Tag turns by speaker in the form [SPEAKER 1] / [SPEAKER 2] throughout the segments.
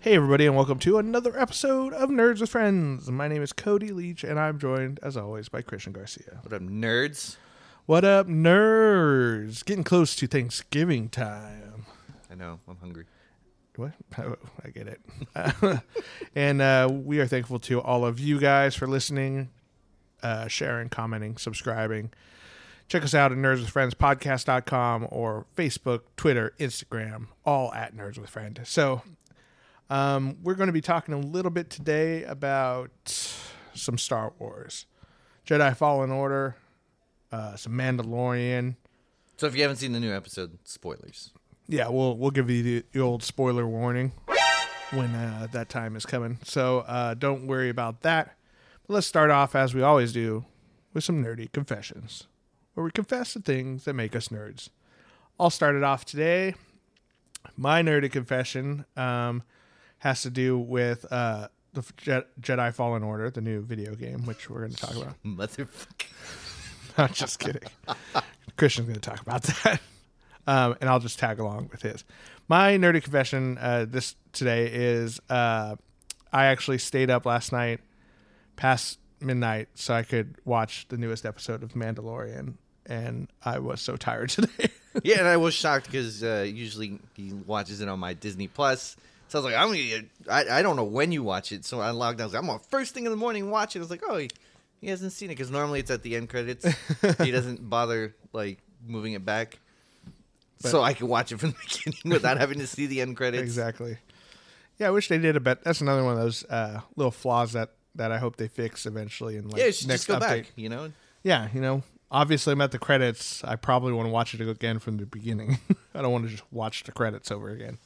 [SPEAKER 1] Hey, everybody, and welcome to another episode of Nerds with Friends. My name is Cody Leach, and I'm joined, as always, by Christian Garcia.
[SPEAKER 2] What up, nerds?
[SPEAKER 1] What up, nerds? Getting close to Thanksgiving time.
[SPEAKER 2] I know, I'm hungry.
[SPEAKER 1] What? Oh, I get it. and uh, we are thankful to all of you guys for listening, uh, sharing, commenting, subscribing. Check us out at nerdswithfriendspodcast.com or Facebook, Twitter, Instagram, all at Nerds with Friend. So um, we're going to be talking a little bit today about some Star Wars, Jedi Fallen Order, uh, some Mandalorian.
[SPEAKER 2] So if you haven't seen the new episode, spoilers.
[SPEAKER 1] Yeah, we'll we'll give you the, the old spoiler warning when uh, that time is coming. So uh, don't worry about that. But let's start off as we always do with some nerdy confessions, where we confess the things that make us nerds. I'll start it off today. My nerdy confession um, has to do with uh, the Je- Jedi Fallen Order, the new video game, which we're going to talk about.
[SPEAKER 2] Motherfucker.
[SPEAKER 1] I'm just kidding. Christian's going to talk about that, um, and I'll just tag along with his. My nerdy confession uh, this today is uh, I actually stayed up last night past midnight so I could watch the newest episode of Mandalorian, and I was so tired today.
[SPEAKER 2] Yeah, and I was shocked because uh, usually he watches it on my Disney Plus. So I was like, I'm gonna, I, I don't know when you watch it. So I logged on. I was like, I'm on first thing in the morning watching. I was like, oh, he, he hasn't seen it because normally it's at the end credits. he doesn't bother like moving it back. so I could watch it from the beginning without having to see the end credits.
[SPEAKER 1] exactly. Yeah, I wish they did a bit. That's another one of those uh, little flaws that that I hope they fix eventually in like
[SPEAKER 2] Yeah, you should
[SPEAKER 1] next
[SPEAKER 2] just go
[SPEAKER 1] update.
[SPEAKER 2] back. You know,
[SPEAKER 1] yeah, you know, obviously I'm at the credits. I probably want to watch it again from the beginning. I don't want to just watch the credits over again.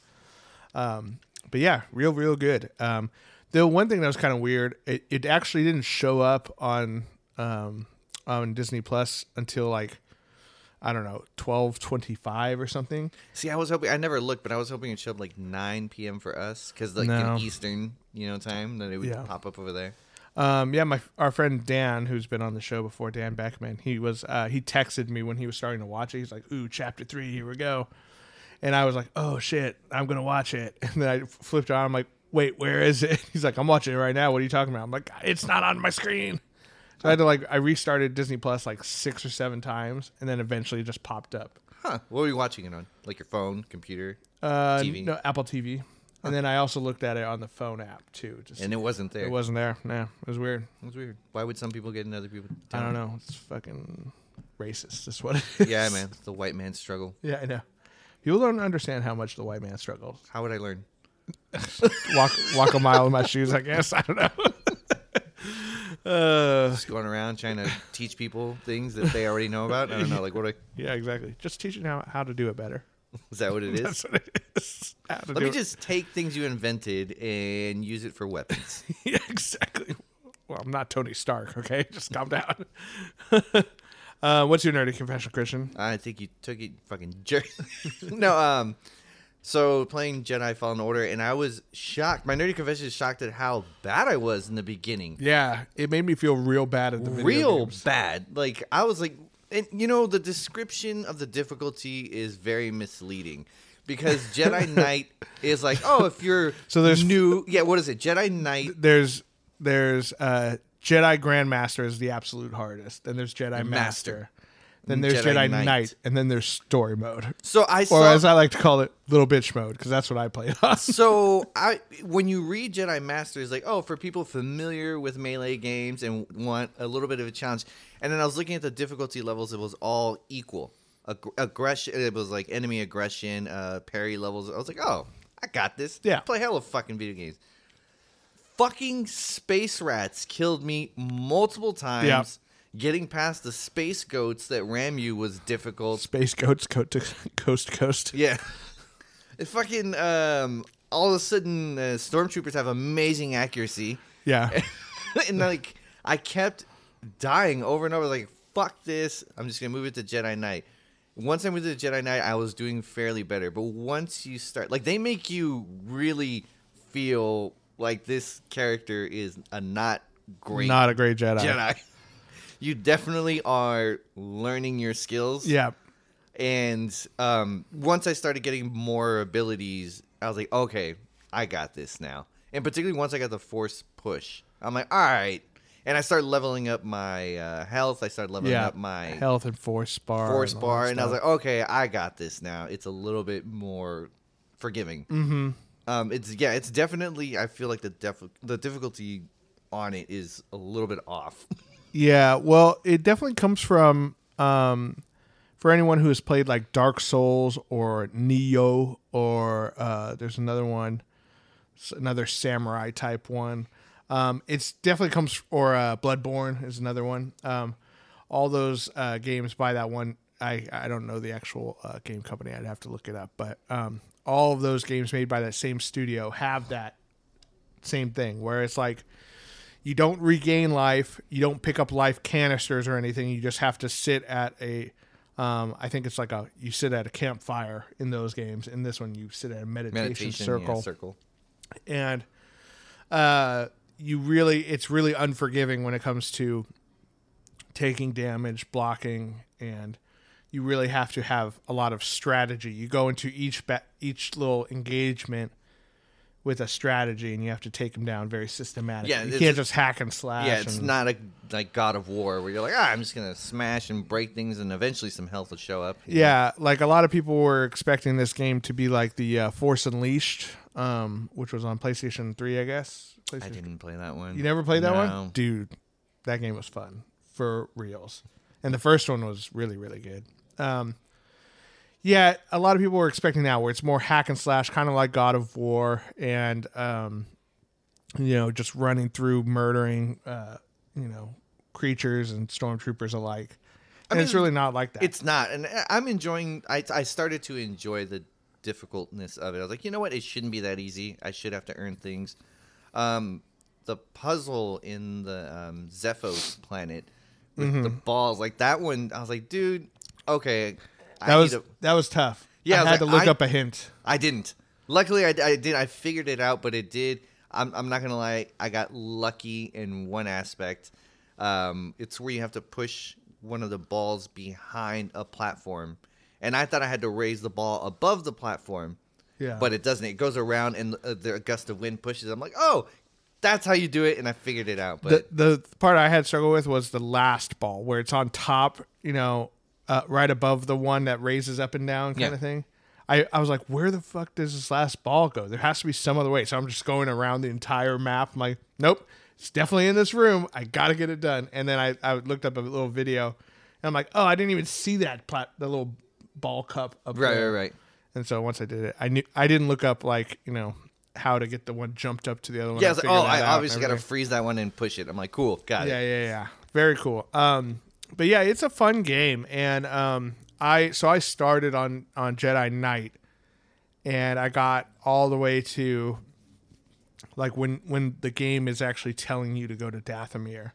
[SPEAKER 1] Um, but yeah, real, real good. Um, the one thing that was kind of weird, it, it actually didn't show up on um, on Disney Plus until like I don't know twelve twenty five or something.
[SPEAKER 2] See, I was hoping I never looked, but I was hoping it showed up like 9 p.m. for us because like
[SPEAKER 1] No.
[SPEAKER 2] in Eastern, you know, time that it would
[SPEAKER 1] Yeah.
[SPEAKER 2] pop up over there.
[SPEAKER 1] Um, yeah, my our friend Dan, who's been on the show before, Dan Beckman, he was uh, he texted me when he was starting to watch it. He's like, "Ooh, chapter three, here we go," and I was like, "Oh shit, I'm gonna watch it." And then I flipped on. I'm like, "Wait, where is it?" He's like, "I'm watching it right now. What are you talking about?" I'm like, "It's not on my screen." So I had to like I restarted Disney Plus like six or seven times, and then eventually it just popped up.
[SPEAKER 2] Huh? What were you watching it on? Like your phone, computer,
[SPEAKER 1] Uh,
[SPEAKER 2] TV,
[SPEAKER 1] No, Apple TV, and then I also looked at it on the phone app too. Just
[SPEAKER 2] and it wasn't there.
[SPEAKER 1] it
[SPEAKER 2] It was,
[SPEAKER 1] wasn't there. No, it was weird.
[SPEAKER 2] weird. Why would some people get and other people?
[SPEAKER 1] I don't know. It's fucking racist. That's what it is.
[SPEAKER 2] Yeah, man, it's the white man struggle.
[SPEAKER 1] Yeah, I know. People don't understand how much the white man struggles.
[SPEAKER 2] How would I learn?
[SPEAKER 1] Walk walk a mile in my shoes, I guess. I don't know. uh,
[SPEAKER 2] Just going around trying to teach people things that they already know about. I don't know. Like, what do I,
[SPEAKER 1] yeah, exactly. Just teaching how how to do it better.
[SPEAKER 2] is that? What it
[SPEAKER 1] That's
[SPEAKER 2] is?
[SPEAKER 1] what it is. How to
[SPEAKER 2] Let
[SPEAKER 1] do
[SPEAKER 2] me
[SPEAKER 1] it-
[SPEAKER 2] just take things you invented and use it for weapons.
[SPEAKER 1] yeah, exactly. Well, I'm not Tony Stark. Okay, just calm down. uh, what's your nerdy confession, Christian?
[SPEAKER 2] I think you took it, fucking jerk. no, um, so playing Jedi Fallen Order, and I was shocked. My nerdy confession is shocked at how bad I was in the beginning.
[SPEAKER 1] Yeah, it made me feel real bad at the video
[SPEAKER 2] Real
[SPEAKER 1] games.
[SPEAKER 2] bad. Like I was like, and you know, the description of the difficulty is very misleading. Because Jedi Knight is like, oh, if you're
[SPEAKER 1] So there's-
[SPEAKER 2] new, yeah, what is it? Jedi Knight
[SPEAKER 1] there's there's uh Jedi Grandmaster is the absolute hardest. Then there's Jedi Master.
[SPEAKER 2] Master.
[SPEAKER 1] Then there's
[SPEAKER 2] Jedi
[SPEAKER 1] Jedi, Knight.
[SPEAKER 2] Knight.
[SPEAKER 1] and then there's story mode.
[SPEAKER 2] So I
[SPEAKER 1] Or
[SPEAKER 2] saw,
[SPEAKER 1] as I like to call it, little bitch mode, because that's what I played on.
[SPEAKER 2] so I when you read Jedi Master, it's like, oh, for people familiar with melee games and want a little bit of a challenge. And then I was looking at the difficulty levels; it was all equal. Ag- aggression. It was like enemy aggression, uh, parry levels. I was like, oh, I got this.
[SPEAKER 1] Yeah.
[SPEAKER 2] play hella fucking video games. Fucking space rats killed me multiple times. Getting past the space goats that ram you was difficult.
[SPEAKER 1] Space goats coast to coast to coast.
[SPEAKER 2] Yeah. It fucking um all of a sudden uh, stormtroopers have amazing accuracy.
[SPEAKER 1] Yeah.
[SPEAKER 2] and like I kept dying over and over like fuck this. I'm just going to move it to Jedi Knight. Once I moved to Jedi Knight, I was doing fairly better. But once you start like they make you really feel like this character is a not great
[SPEAKER 1] Not a great Jedi.
[SPEAKER 2] Jedi. You definitely are learning your skills
[SPEAKER 1] Yeah.
[SPEAKER 2] and um, once I started getting more abilities, I was like, okay, I got this now. And particularly once I got the force push, I'm like, all right. And I start leveling up my uh, health. I start leveling
[SPEAKER 1] yeah,
[SPEAKER 2] up my
[SPEAKER 1] health and force bar,
[SPEAKER 2] force
[SPEAKER 1] and all that
[SPEAKER 2] bar, and I was
[SPEAKER 1] stuff.
[SPEAKER 2] like, okay, I got this now. It's a little bit more forgiving. Mm-hmm. Um, it's yeah, it's definitely. I feel like the def- the difficulty on it is a little bit off.
[SPEAKER 1] Yeah, well, it definitely comes from um, for anyone who has played like Dark Souls or Neo or uh, there's another one, s- another samurai type one. Um, it's definitely comes or uh, Bloodborne is another one. Um, all those uh, games by that one. I I don't know the actual uh, game company. I'd have to look it up, but um, all of those games made by that same studio have that same thing where it's like you don't regain life you don't pick up life canisters or anything you just have to sit at a um, i think it's like a you sit at a campfire in those games in this one you sit at a meditation,
[SPEAKER 2] Meditation
[SPEAKER 1] circle
[SPEAKER 2] yeah, circle.
[SPEAKER 1] and uh, you really it's really unforgiving when it comes to taking damage blocking and you really have to have a lot of strategy you go into each ba- each little engagement with a strategy and you have to take them down very systematically
[SPEAKER 2] Yeah,
[SPEAKER 1] you
[SPEAKER 2] it's-
[SPEAKER 1] can't just hack and slash
[SPEAKER 2] Yeah, it's
[SPEAKER 1] and-
[SPEAKER 2] not a like God of War where you're like, ah, I'm just gonna smash and break things, and eventually some health will show up.
[SPEAKER 1] yeah like a lot of people were expecting this game to be like the uh, force unleashed um, which was on playstation 3 i guess
[SPEAKER 2] I
[SPEAKER 1] PlayStation
[SPEAKER 2] didn't play that one.
[SPEAKER 1] You never played that
[SPEAKER 2] No.
[SPEAKER 1] one? Dude, that game was fun for reals. And the first one was really, really good. Um, yeah, a lot of people were expecting that where it's more hack and slash, kind of like God of War and, um, you know, just running through, murdering, uh, you know, creatures and stormtroopers alike. And it's
[SPEAKER 2] mean,
[SPEAKER 1] really not like that.
[SPEAKER 2] It's not, and I- I'm enjoying. I I started to enjoy the difficultness of it. I was like, you know what? It shouldn't be that easy. I should have to earn things. Um, the puzzle in the um, Zephos planet with
[SPEAKER 1] Mm-hmm.
[SPEAKER 2] the balls, like that one. I was like, dude, okay.
[SPEAKER 1] that
[SPEAKER 2] I
[SPEAKER 1] was
[SPEAKER 2] need to-
[SPEAKER 1] that was tough.
[SPEAKER 2] Yeah,
[SPEAKER 1] I,
[SPEAKER 2] I
[SPEAKER 1] had
[SPEAKER 2] was like,
[SPEAKER 1] to look
[SPEAKER 2] I-
[SPEAKER 1] up a hint.
[SPEAKER 2] I didn't. Luckily, I, I did. I figured it out, but it did. I'm, I'm not gonna lie. I got lucky in one aspect. Um, it's where you have to push one of the balls behind a platform, and I thought I had to raise the ball above the platform,
[SPEAKER 1] Yeah,
[SPEAKER 2] but it doesn't. It goes around, and uh, the gust of wind pushes. I'm like, oh, that's how you do it, and I figured it out. But
[SPEAKER 1] the the part I had struggle with was the last ball where it's on top, you know, uh, right above the one that raises up and down kind
[SPEAKER 2] Yeah.
[SPEAKER 1] of thing. I, I was like, where the fuck does this last ball go? There has to be some other way. So I'm just going around the entire map. I'm like, nope, it's definitely in this room. I gotta get it done. And then I, I looked up a little video, and I'm like, oh, I didn't even see that plat- the little ball cup up
[SPEAKER 2] right,
[SPEAKER 1] there.
[SPEAKER 2] right, right.
[SPEAKER 1] And so once I did it, I knew I didn't look up like you know how to get the one jumped up to the other one.
[SPEAKER 2] Yeah, I was like,
[SPEAKER 1] figured
[SPEAKER 2] oh,
[SPEAKER 1] that
[SPEAKER 2] I
[SPEAKER 1] out and
[SPEAKER 2] obviously got to
[SPEAKER 1] everything.
[SPEAKER 2] freeze that one and push it. I'm like, cool, got
[SPEAKER 1] Yeah,
[SPEAKER 2] it.
[SPEAKER 1] yeah, yeah. Very cool. Um, but yeah, it's a fun game, and um, I so I started on on Jedi Knight, and I got all the way to like when when the game is actually telling you to go to Dathomir,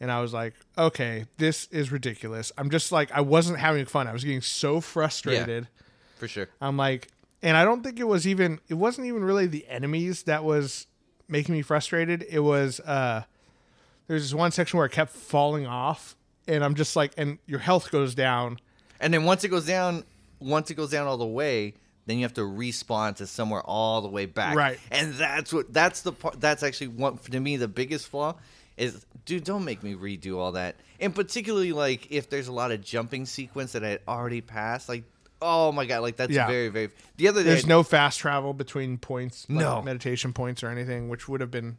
[SPEAKER 1] and I was like, okay, this is ridiculous. I'm just like I wasn't having fun. I was getting so frustrated.
[SPEAKER 2] for sure.
[SPEAKER 1] I'm like, and I don't think it was even it wasn't even really the enemies that was making me frustrated. It was uh there's this one section where it kept falling off and I'm just like and your health goes down.
[SPEAKER 2] And then once it goes down, once it goes down all the way, then you have to respawn to somewhere all the way back.
[SPEAKER 1] Right.
[SPEAKER 2] And that's what that's the part that's actually one to me the biggest flaw is dude, don't make me redo all that. And particularly like if there's a lot of jumping sequence that I had already passed, like oh my god, like that's
[SPEAKER 1] Yeah.
[SPEAKER 2] very very the other day
[SPEAKER 1] There's no fast travel between points, like
[SPEAKER 2] No.
[SPEAKER 1] meditation points or anything, which would have been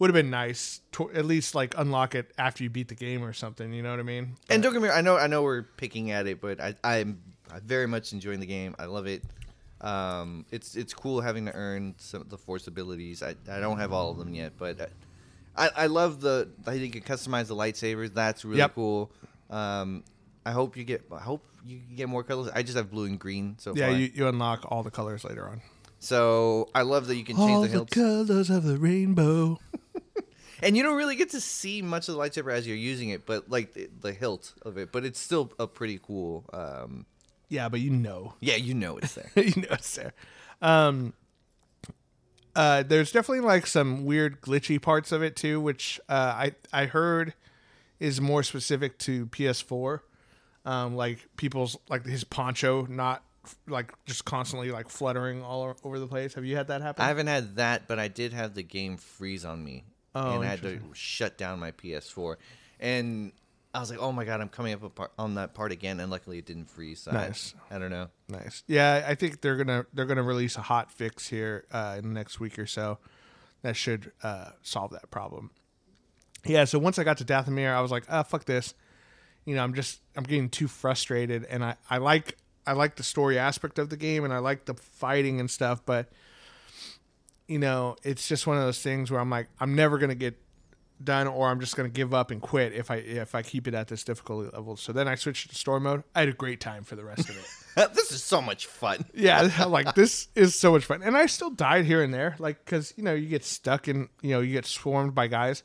[SPEAKER 1] would have been nice to at least like unlock it after you beat the game or something, you know what I mean?
[SPEAKER 2] And don't get me wrong, I know I know we're picking at it, but I I'm I very much enjoying the game. I love it. Um, it's it's cool having to earn some of the force abilities. I, I don't have all of them yet, but I, I love the I think you can customize the lightsabers. That's really
[SPEAKER 1] Yep.
[SPEAKER 2] cool. Um, I hope you get I hope you get more colors. I just have blue and green so
[SPEAKER 1] Yeah,
[SPEAKER 2] far.
[SPEAKER 1] you, you unlock all the colors later on.
[SPEAKER 2] so I love that you can change
[SPEAKER 1] Oh,
[SPEAKER 2] the hilt.
[SPEAKER 1] colors of the rainbow.
[SPEAKER 2] and you don't really get to see much of the lightsaber as you're using it, but like the, the hilt of it. But it's still a pretty cool. Um,
[SPEAKER 1] Yeah, but you know.
[SPEAKER 2] yeah, you know it's there.
[SPEAKER 1] you know, sir. Um, uh, there's definitely like some weird glitchy parts of it too, which uh, I I heard is more specific to PS4. Um, like people's like his poncho not like just constantly like fluttering all o- over the place. Have you had that happen?
[SPEAKER 2] I haven't had that, but I did have the game freeze on me,
[SPEAKER 1] Oh,
[SPEAKER 2] and I had to shut down my PS4. And I was like, "Oh my god, I'm coming up a par- on that part again." And luckily, it didn't freeze. So I-
[SPEAKER 1] Nice.
[SPEAKER 2] I, don't know.
[SPEAKER 1] Nice. Yeah, I think they're gonna they're gonna release a hot fix here uh, in the next week or so. That should uh, solve that problem. Yeah. So once I got to Dathomir, I was like, ah, fuck this. You know, I'm just I'm getting too frustrated, and I I like I like the story aspect of the game, and I like the fighting and stuff, but you know, it's just one of those things where I'm like, I'm never gonna get done, or I'm just gonna give up and quit if I if I keep it at this difficulty level. So then I switched to story mode. I had a great time for the rest of it.
[SPEAKER 2] this is so much fun.
[SPEAKER 1] Yeah, I'm like this is so much fun, and I still died here and there, like because you know you get stuck and you know you get swarmed by guys.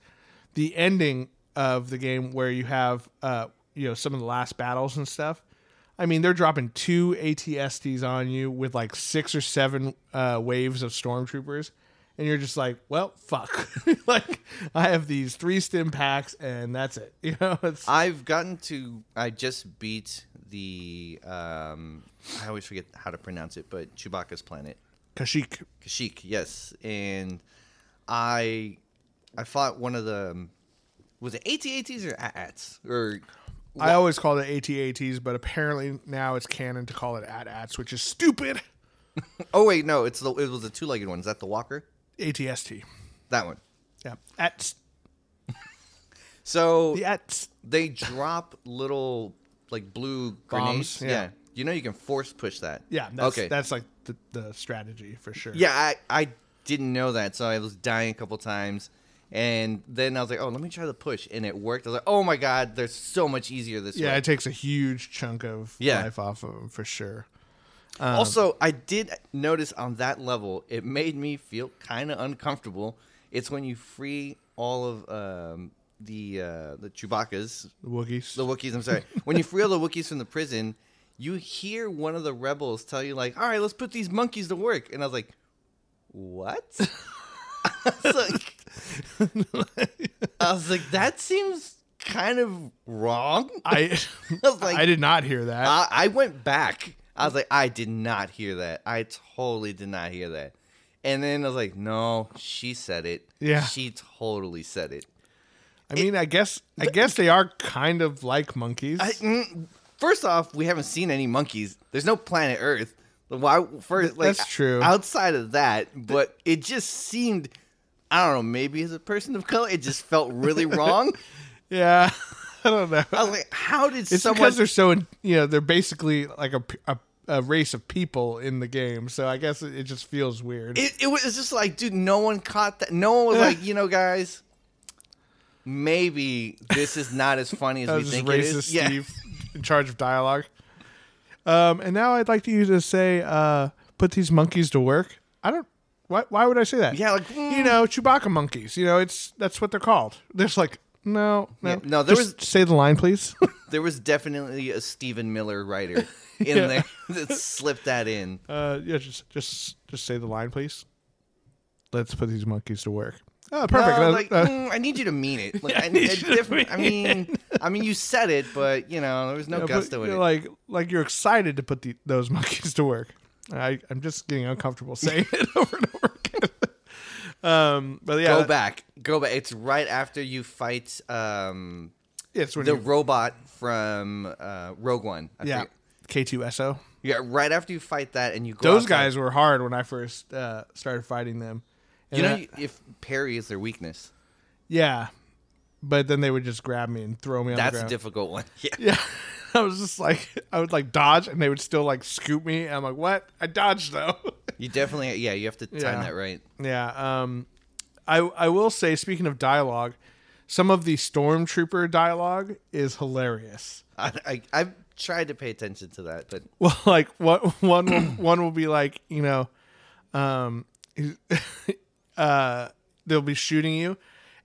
[SPEAKER 1] The ending of the game where you have uh you know some of the last battles and stuff. I mean, they're dropping two ATSTs on you with like six or seven uh, waves of stormtroopers, and you're just like, well, fuck. like I have these three stim packs, and that's it. You know, it's
[SPEAKER 2] I've gotten to. I just beat the. Um, I always forget how to pronounce it, but Chewbacca's planet.
[SPEAKER 1] Kashyyyk.
[SPEAKER 2] Kashyyyk, yes, and I I fought one of the um, was it AT-ATs or ATs or
[SPEAKER 1] I always called it ATATs, but apparently now it's canon to call it AT-ATs, which is stupid.
[SPEAKER 2] oh wait no it's the it was the two-legged one is that the walker
[SPEAKER 1] ATST.
[SPEAKER 2] that one
[SPEAKER 1] Yeah. ATS.
[SPEAKER 2] so
[SPEAKER 1] The ATS.
[SPEAKER 2] they drop little like blue
[SPEAKER 1] Bombs,
[SPEAKER 2] grenades
[SPEAKER 1] yeah.
[SPEAKER 2] you know you can force push that
[SPEAKER 1] Yeah. That's,
[SPEAKER 2] okay
[SPEAKER 1] That's like the, the strategy for sure.
[SPEAKER 2] yeah I I didn't know that so I was dying a couple times. And then I was like, "Oh, let me try the push," and it worked. I was like, "Oh my god, they're so much easier this way."
[SPEAKER 1] Yeah. It takes a huge chunk of
[SPEAKER 2] Yeah.
[SPEAKER 1] life off of 'em for sure.
[SPEAKER 2] also, I did notice on that level, it made me feel kind of uncomfortable. It's when you free all of um, the uh, the Chewbacca's,
[SPEAKER 1] The Wookiees.
[SPEAKER 2] the Wookiees. I'm sorry, when you free all the Wookiees from the prison, you hear one of the rebels tell you like, "All right, let's put these monkeys to work," and I was like, "What?" I was like, I was like, that seems kind of wrong.
[SPEAKER 1] I,
[SPEAKER 2] I was like,
[SPEAKER 1] I did not hear that.
[SPEAKER 2] I, I went back. I was like, I did not hear that. I totally did not hear that. And then I was like, no, she said it.
[SPEAKER 1] Yeah.
[SPEAKER 2] She totally said it.
[SPEAKER 1] I mean, I guess I guess they are kind of like monkeys.
[SPEAKER 2] I- mm, first off, we haven't seen any monkeys. There's no planet Earth. Why? First, like,
[SPEAKER 1] That's true.
[SPEAKER 2] Outside of that, but it just seemed, I don't know, maybe as a person of color, it just felt really wrong.
[SPEAKER 1] yeah. I don't know.
[SPEAKER 2] I was like, how did
[SPEAKER 1] It's
[SPEAKER 2] Uh, someone.
[SPEAKER 1] because they're so, in- you know, they're basically like a, p- a- a race of people in the game. So I guess it, it just feels weird.
[SPEAKER 2] it, it was just like, dude, no one caught that. No one was like, you know, guys, maybe this is not as funny as
[SPEAKER 1] That
[SPEAKER 2] we
[SPEAKER 1] was just
[SPEAKER 2] think it
[SPEAKER 1] racist
[SPEAKER 2] is. Yeah.
[SPEAKER 1] Steve in charge of dialogue. Um, and now I'd like you to say, uh, put these monkeys to work. I don't. Why? Why would I say that?
[SPEAKER 2] Yeah, like,
[SPEAKER 1] you know, Chewbacca monkeys. You know, it's that's what they're called. There's like no, no,
[SPEAKER 2] Yeah, no, there
[SPEAKER 1] Just say the line, please.
[SPEAKER 2] There was definitely a Stephen Miller writer in
[SPEAKER 1] Yeah.
[SPEAKER 2] there that slipped that in.
[SPEAKER 1] uh, yeah, just just just say the line, please. Let's put these monkeys to work. Oh, perfect.
[SPEAKER 2] No,
[SPEAKER 1] That-
[SPEAKER 2] like,
[SPEAKER 1] that-
[SPEAKER 2] mm, I need you to mean it. Like,
[SPEAKER 1] Yeah,
[SPEAKER 2] I,
[SPEAKER 1] I need
[SPEAKER 2] it's
[SPEAKER 1] you to
[SPEAKER 2] different- I
[SPEAKER 1] mean
[SPEAKER 2] mean, I mean, you said it, but you know, there was no
[SPEAKER 1] Yeah, but
[SPEAKER 2] gusto in
[SPEAKER 1] you're
[SPEAKER 2] it.
[SPEAKER 1] like like you're excited to put the, those monkeys to work. I I'm just getting uncomfortable saying it over and over again. um, but yeah,
[SPEAKER 2] go
[SPEAKER 1] that-
[SPEAKER 2] back, go back. It's right after you fight um,
[SPEAKER 1] it's when
[SPEAKER 2] the
[SPEAKER 1] you,
[SPEAKER 2] robot from uh, Rogue One. I
[SPEAKER 1] yeah
[SPEAKER 2] forget.
[SPEAKER 1] K two S O.
[SPEAKER 2] yeah. Right after you fight that, and you go
[SPEAKER 1] Those
[SPEAKER 2] outside-
[SPEAKER 1] guys were hard when I first uh, started fighting them.
[SPEAKER 2] You know,
[SPEAKER 1] And I-
[SPEAKER 2] you- if parry is their weakness,
[SPEAKER 1] yeah, but then they would just grab me and throw me on the
[SPEAKER 2] that's a
[SPEAKER 1] ground.
[SPEAKER 2] difficult one. Yeah.
[SPEAKER 1] yeah. I was just like, I would like dodge, and they would still like scoop me. And I'm like, what? I dodged though.
[SPEAKER 2] You definitely, yeah, you have to time
[SPEAKER 1] Yeah.
[SPEAKER 2] that right.
[SPEAKER 1] Yeah. Um, I I will say, speaking of dialogue, some of the stormtrooper dialogue is hilarious.
[SPEAKER 2] I, I, I've tried to pay attention to that, but
[SPEAKER 1] Well, like what one will, one will be like, you know, um, he's- uh, they'll be shooting you,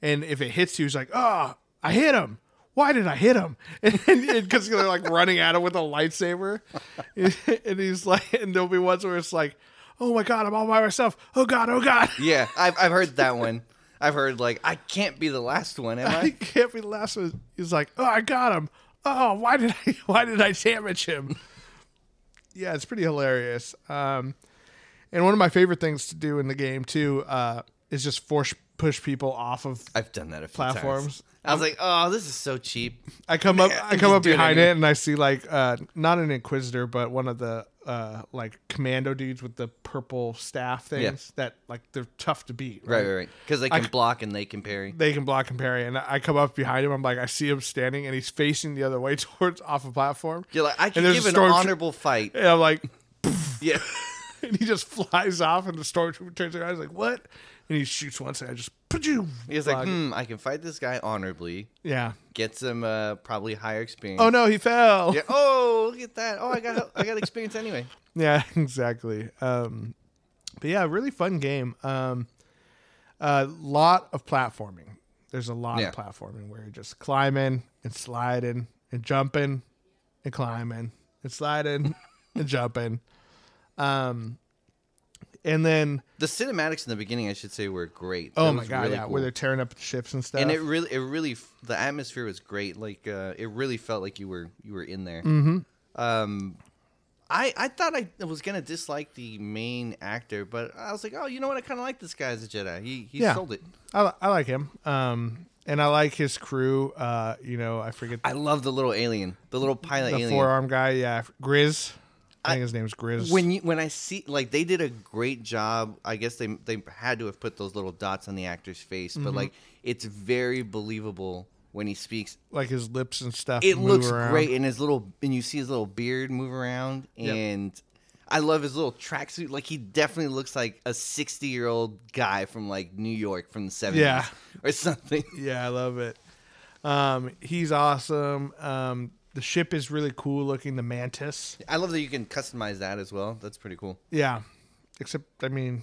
[SPEAKER 1] and if it hits you, he's like, oh, I hit him. Why did I hit him? Because they're like running at him with a lightsaber, and he's like, and there'll be ones where it's like, oh my god, I'm all by myself. Oh god, oh god.
[SPEAKER 2] yeah, I've, I've heard that one. I've heard, like, I can't be the last one, am
[SPEAKER 1] I
[SPEAKER 2] I?
[SPEAKER 1] can't be the last one. He's like, oh, I got him. Oh, why did I? Why did I damage him? yeah, it's pretty hilarious. Um, and one of my favorite things to do in the game too uh, is just force push people off of.
[SPEAKER 2] I've done that a few
[SPEAKER 1] Platforms.
[SPEAKER 2] times.
[SPEAKER 3] I was like, oh, this is so cheap.
[SPEAKER 1] I come up, I come
[SPEAKER 2] just
[SPEAKER 1] up
[SPEAKER 2] do it
[SPEAKER 1] behind
[SPEAKER 2] anyway.
[SPEAKER 1] it, and I see like uh, not an inquisitor, but one of the uh, like commando dudes with the purple staff things
[SPEAKER 2] Yeah.
[SPEAKER 1] that like they're tough to beat.
[SPEAKER 2] Right, right, right. Because they
[SPEAKER 1] I
[SPEAKER 2] can
[SPEAKER 1] c-
[SPEAKER 2] block and they can parry.
[SPEAKER 1] they can block and parry. And I come up behind him. I'm like, I see him standing, and he's facing the other way towards off a platform.
[SPEAKER 3] You're like, I can
[SPEAKER 1] there's
[SPEAKER 3] give
[SPEAKER 1] a
[SPEAKER 3] an
[SPEAKER 1] stormtro-
[SPEAKER 3] honorable fight.
[SPEAKER 1] And I'm like,
[SPEAKER 3] Yeah.
[SPEAKER 1] and he just flies off, and the stormtrooper turns around. He's like, what? And he shoots once, and I just, "Pajoo!"
[SPEAKER 2] He's like,
[SPEAKER 1] Block.
[SPEAKER 2] hmm, I can fight this guy honorably.
[SPEAKER 1] yeah.
[SPEAKER 2] Get some uh, probably higher experience.
[SPEAKER 1] Oh no, he fell.
[SPEAKER 3] yeah. Oh, look at that. Oh, I got I got experience anyway.
[SPEAKER 1] Yeah, exactly. Um, but yeah, really fun game. Um, a lot of platforming. There's a lot
[SPEAKER 2] Yeah.
[SPEAKER 1] of platforming where you're just climbing and sliding and jumping and climbing and sliding and jumping. Um, and then
[SPEAKER 2] The cinematics in the beginning, I should say, were great.
[SPEAKER 1] oh
[SPEAKER 2] That
[SPEAKER 1] my
[SPEAKER 2] was
[SPEAKER 1] god,
[SPEAKER 2] really
[SPEAKER 1] yeah,
[SPEAKER 2] cool.
[SPEAKER 1] where they're tearing up the ships and stuff.
[SPEAKER 2] and it really, it really, the atmosphere was great. Like, uh, it really felt like you were you were in there. Mm-hmm. Um, I I thought I was gonna dislike the main actor, but I was like, oh, you know what? I kind of like this guy as a Jedi. He he
[SPEAKER 1] Yeah.
[SPEAKER 2] sold it.
[SPEAKER 1] I, li- I like him. Um, and I like his crew. Uh, you know, I forget
[SPEAKER 2] I love the little alien, the little pilot
[SPEAKER 1] the
[SPEAKER 2] alien.
[SPEAKER 1] forearm guy. Yeah, Grizz. I,
[SPEAKER 2] I-
[SPEAKER 1] think his name's Grizz.
[SPEAKER 2] When you when I see like they did a great job, I guess they they had to have put those little dots on the actor's face,
[SPEAKER 1] Mm-hmm.
[SPEAKER 2] but like it's very believable when he speaks.
[SPEAKER 1] like his lips and stuff.
[SPEAKER 2] It
[SPEAKER 1] move
[SPEAKER 2] looks
[SPEAKER 1] around.
[SPEAKER 2] great, and his little and you see his little beard move around, and I love his little tracksuit. Like he definitely looks like a sixty year old guy from like New York from the seventies
[SPEAKER 1] Yeah.
[SPEAKER 2] or something.
[SPEAKER 1] Yeah, I love it. Um, he's awesome. Um, the ship is really cool looking. The mantis.
[SPEAKER 2] I love that you can customize that as well. That's pretty cool.
[SPEAKER 1] Yeah, except I mean,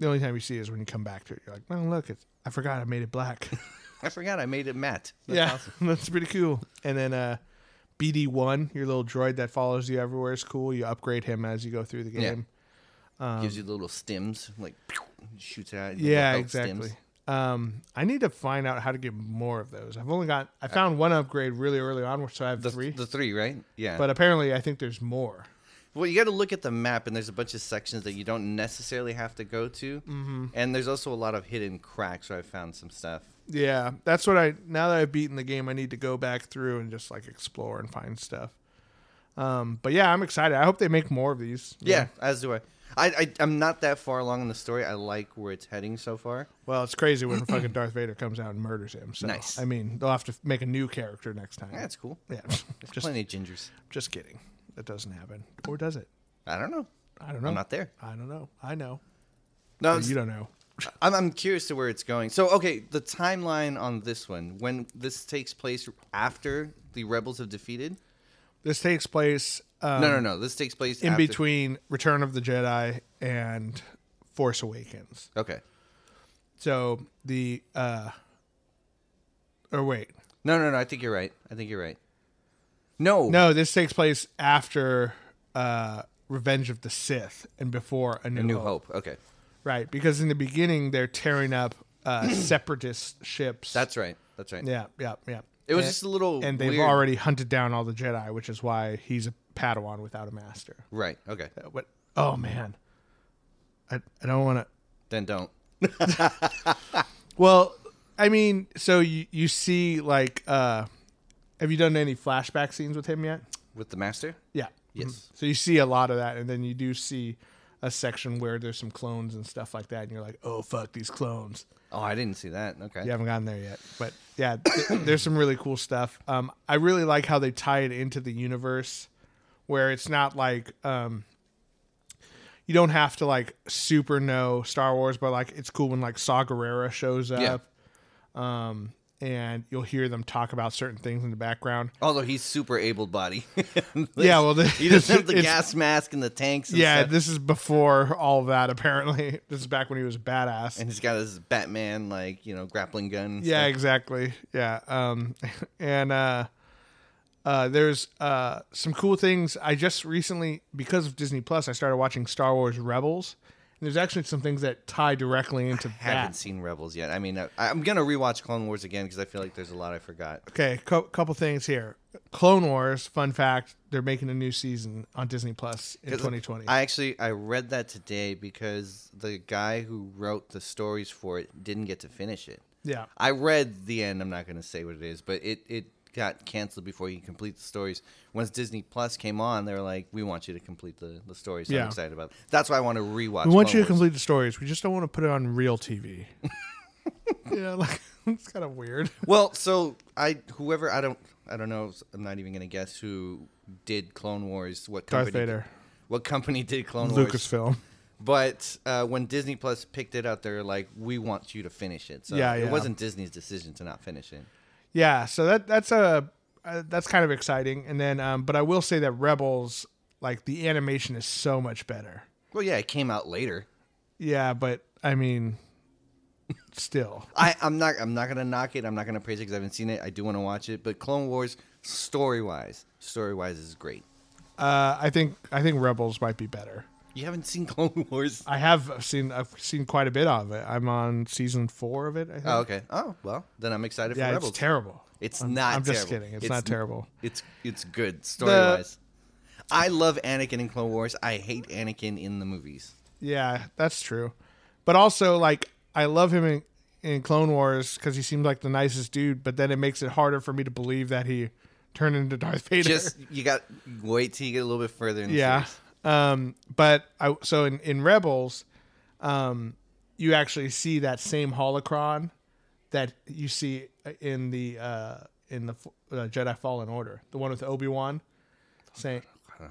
[SPEAKER 1] the only time you see it is when you come back to it. You're like, oh look, it's, I forgot I made it black.
[SPEAKER 2] I forgot I made it matte. That's
[SPEAKER 1] yeah,
[SPEAKER 2] awesome.
[SPEAKER 1] that's pretty cool. And then uh, BD one, your little droid that follows you everywhere is cool. You upgrade him as you go through the
[SPEAKER 2] Yeah.
[SPEAKER 1] game.
[SPEAKER 2] gives you the little stims, like pew, shoots it out. the
[SPEAKER 1] Yeah,
[SPEAKER 2] belt
[SPEAKER 1] exactly.
[SPEAKER 2] stims.
[SPEAKER 1] Um, I need to find out how to get more of those. I've only got I found one upgrade really early on, so I have
[SPEAKER 2] Uh, The
[SPEAKER 1] three.
[SPEAKER 2] three, the three, right? Yeah.
[SPEAKER 1] but apparently, I think there's more.
[SPEAKER 2] well, you got to look at the map, and there's a bunch of sections that you don't necessarily have to go to, mm-hmm. and there's also a lot of hidden cracks where I found some stuff.
[SPEAKER 1] Yeah, that's what I. Now that I've beaten the game, I need to go back through and just like explore and find stuff. Um, but yeah, I'm excited. I hope they make more of these.
[SPEAKER 2] Yeah, as do I. I, I. I'm not that far along in the story. I like where it's heading so far.
[SPEAKER 1] Well, it's crazy when fucking Darth Vader comes out and murders him. So
[SPEAKER 2] Nice.
[SPEAKER 1] I mean, they'll have to make a new character next time.
[SPEAKER 2] That's cool.
[SPEAKER 1] yeah.
[SPEAKER 2] There's
[SPEAKER 1] Just
[SPEAKER 2] plenty of gingers.
[SPEAKER 1] just kidding. That doesn't happen, or does it?
[SPEAKER 2] I don't know.
[SPEAKER 1] I don't know.
[SPEAKER 2] I'm not there.
[SPEAKER 1] I don't know. I know.
[SPEAKER 2] No,
[SPEAKER 1] But you don't know.
[SPEAKER 2] I'm, I'm curious to where it's going. So, okay, the timeline on this one when this takes place after the rebels have defeated.
[SPEAKER 1] This takes place um,
[SPEAKER 2] no, no, no. This takes place
[SPEAKER 1] in
[SPEAKER 2] after-
[SPEAKER 1] between Return of the Jedi and Force Awakens.
[SPEAKER 2] Okay.
[SPEAKER 1] So the uh, or wait,
[SPEAKER 2] No, no, no. I think you're right. I think you're right. No.
[SPEAKER 1] No, this takes place after uh, Revenge of the Sith and before A New,
[SPEAKER 2] New
[SPEAKER 1] Hope.
[SPEAKER 2] Hope. Okay.
[SPEAKER 1] Right, because in the beginning they're tearing up uh, separatist ships.
[SPEAKER 2] That's right. That's right.
[SPEAKER 1] yeah, yeah, yeah.
[SPEAKER 2] It was
[SPEAKER 1] And-
[SPEAKER 2] just a little.
[SPEAKER 1] and they've
[SPEAKER 2] weird-
[SPEAKER 1] already hunted down all the Jedi, which is why he's a Padawan without a master.
[SPEAKER 2] Right. Okay.
[SPEAKER 1] Uh, What? Oh man, I I don't want to.
[SPEAKER 2] Then don't.
[SPEAKER 1] Well, I mean, so you you see like, uh, have you done any flashback scenes with him yet?
[SPEAKER 2] With the master?
[SPEAKER 1] Yeah. Mm-hmm.
[SPEAKER 2] Yes.
[SPEAKER 1] So you see a lot of that, and then you do see a section where there's some clones and stuff like that, and you're like, oh fuck, these clones.
[SPEAKER 2] Oh, I didn't see that. Okay.
[SPEAKER 1] You haven't gotten there yet, but yeah, th- there's some really cool stuff. Um, I really like how they tie it into the universe, where it's not like um, you don't have to like super know Star Wars, but like it's cool when like Saw Gerrera shows up.
[SPEAKER 2] Yeah.
[SPEAKER 1] Um, and you'll hear them talk about certain things in the background.
[SPEAKER 2] Although he's super able body.
[SPEAKER 1] Yeah, well, the-
[SPEAKER 2] he doesn't have the
[SPEAKER 1] it's-
[SPEAKER 2] gas mask and the tanks. And
[SPEAKER 1] Yeah,
[SPEAKER 2] stuff.
[SPEAKER 1] this is before all that. Apparently, this is back when he was a badass.
[SPEAKER 2] and he's got his Batman like you know grappling gun. and
[SPEAKER 1] yeah,
[SPEAKER 2] stuff.
[SPEAKER 1] exactly. Yeah, um, and uh, uh, there's uh, some cool things. I just recently, because of Disney Plus, I started watching Star Wars Rebels, there's actually some things that tie directly into
[SPEAKER 2] haven't
[SPEAKER 1] that.
[SPEAKER 2] seen Rebels yet. I mean, I, I'm gonna rewatch Clone Wars again because I feel like there's a lot I forgot.
[SPEAKER 1] Okay, co- couple things here. Clone Wars, fun fact, they're making a new season on Disney Plus in 2020.
[SPEAKER 2] I actually I read that today because the guy who wrote the stories for it didn't get to finish it.
[SPEAKER 1] yeah.
[SPEAKER 2] I read the end. I'm not going to say what it is, but it it got canceled before you complete the stories. Once Disney Plus came on, they were like, "We want you to complete the the stories." So
[SPEAKER 1] Yeah.
[SPEAKER 2] I'm excited about. It. That's why I want to rewatch.
[SPEAKER 1] We want
[SPEAKER 2] Clone
[SPEAKER 1] you to
[SPEAKER 2] Wars.
[SPEAKER 1] complete the stories. We just don't want to put it on real TV. you know, like it's kind of weird.
[SPEAKER 2] Well, so I whoever I don't I don't know. I'm not even going to guess who did Clone Wars. What
[SPEAKER 1] Darth
[SPEAKER 2] company?
[SPEAKER 1] Vader.
[SPEAKER 2] What company did Clone Wars?
[SPEAKER 1] Lucasfilm.
[SPEAKER 2] But uh, when Disney Plus picked it up, they're like, "We want you to finish it." So
[SPEAKER 1] Yeah,
[SPEAKER 2] it
[SPEAKER 1] yeah.
[SPEAKER 2] wasn't Disney's decision to not finish it.
[SPEAKER 1] Yeah, so that that's a uh, that's kind of exciting. And then, um, but I will say that Rebels, like the animation is so much better.
[SPEAKER 2] Well, yeah, it came out later.
[SPEAKER 1] Yeah, but I mean, still,
[SPEAKER 2] I, I'm not. I'm not gonna knock it. I'm not gonna praise it because I haven't seen it. I do want to watch it. But Clone Wars, story wise, story wise is great.
[SPEAKER 1] uh, I think I think Rebels might be better.
[SPEAKER 2] You haven't seen Clone Wars?
[SPEAKER 1] I have seen I've seen quite a bit of it. I'm on season four of it. I think.
[SPEAKER 2] Oh, okay. Oh well, then I'm excited
[SPEAKER 1] yeah,
[SPEAKER 2] for
[SPEAKER 1] it's
[SPEAKER 2] Rebels.
[SPEAKER 1] terrible.
[SPEAKER 2] It's
[SPEAKER 1] I'm,
[SPEAKER 2] not.
[SPEAKER 1] I'm just
[SPEAKER 2] terrible.
[SPEAKER 1] kidding. It's, not terrible.
[SPEAKER 2] It's it's good story wise. I love Anakin in Clone Wars. I hate Anakin in the movies.
[SPEAKER 1] Yeah, that's true. But also, like, I love him in, in Clone Wars because he seemed like the nicest dude. But then it makes it harder for me to believe that he turned into Darth Vader.
[SPEAKER 2] Just you got wait till you get a little bit further in the
[SPEAKER 1] yeah.
[SPEAKER 2] series.
[SPEAKER 1] Um, but I so in in Rebels, um, you actually see that same holocron that you see in the uh in the uh, Jedi Fallen Order, the one with Obi Wan saying.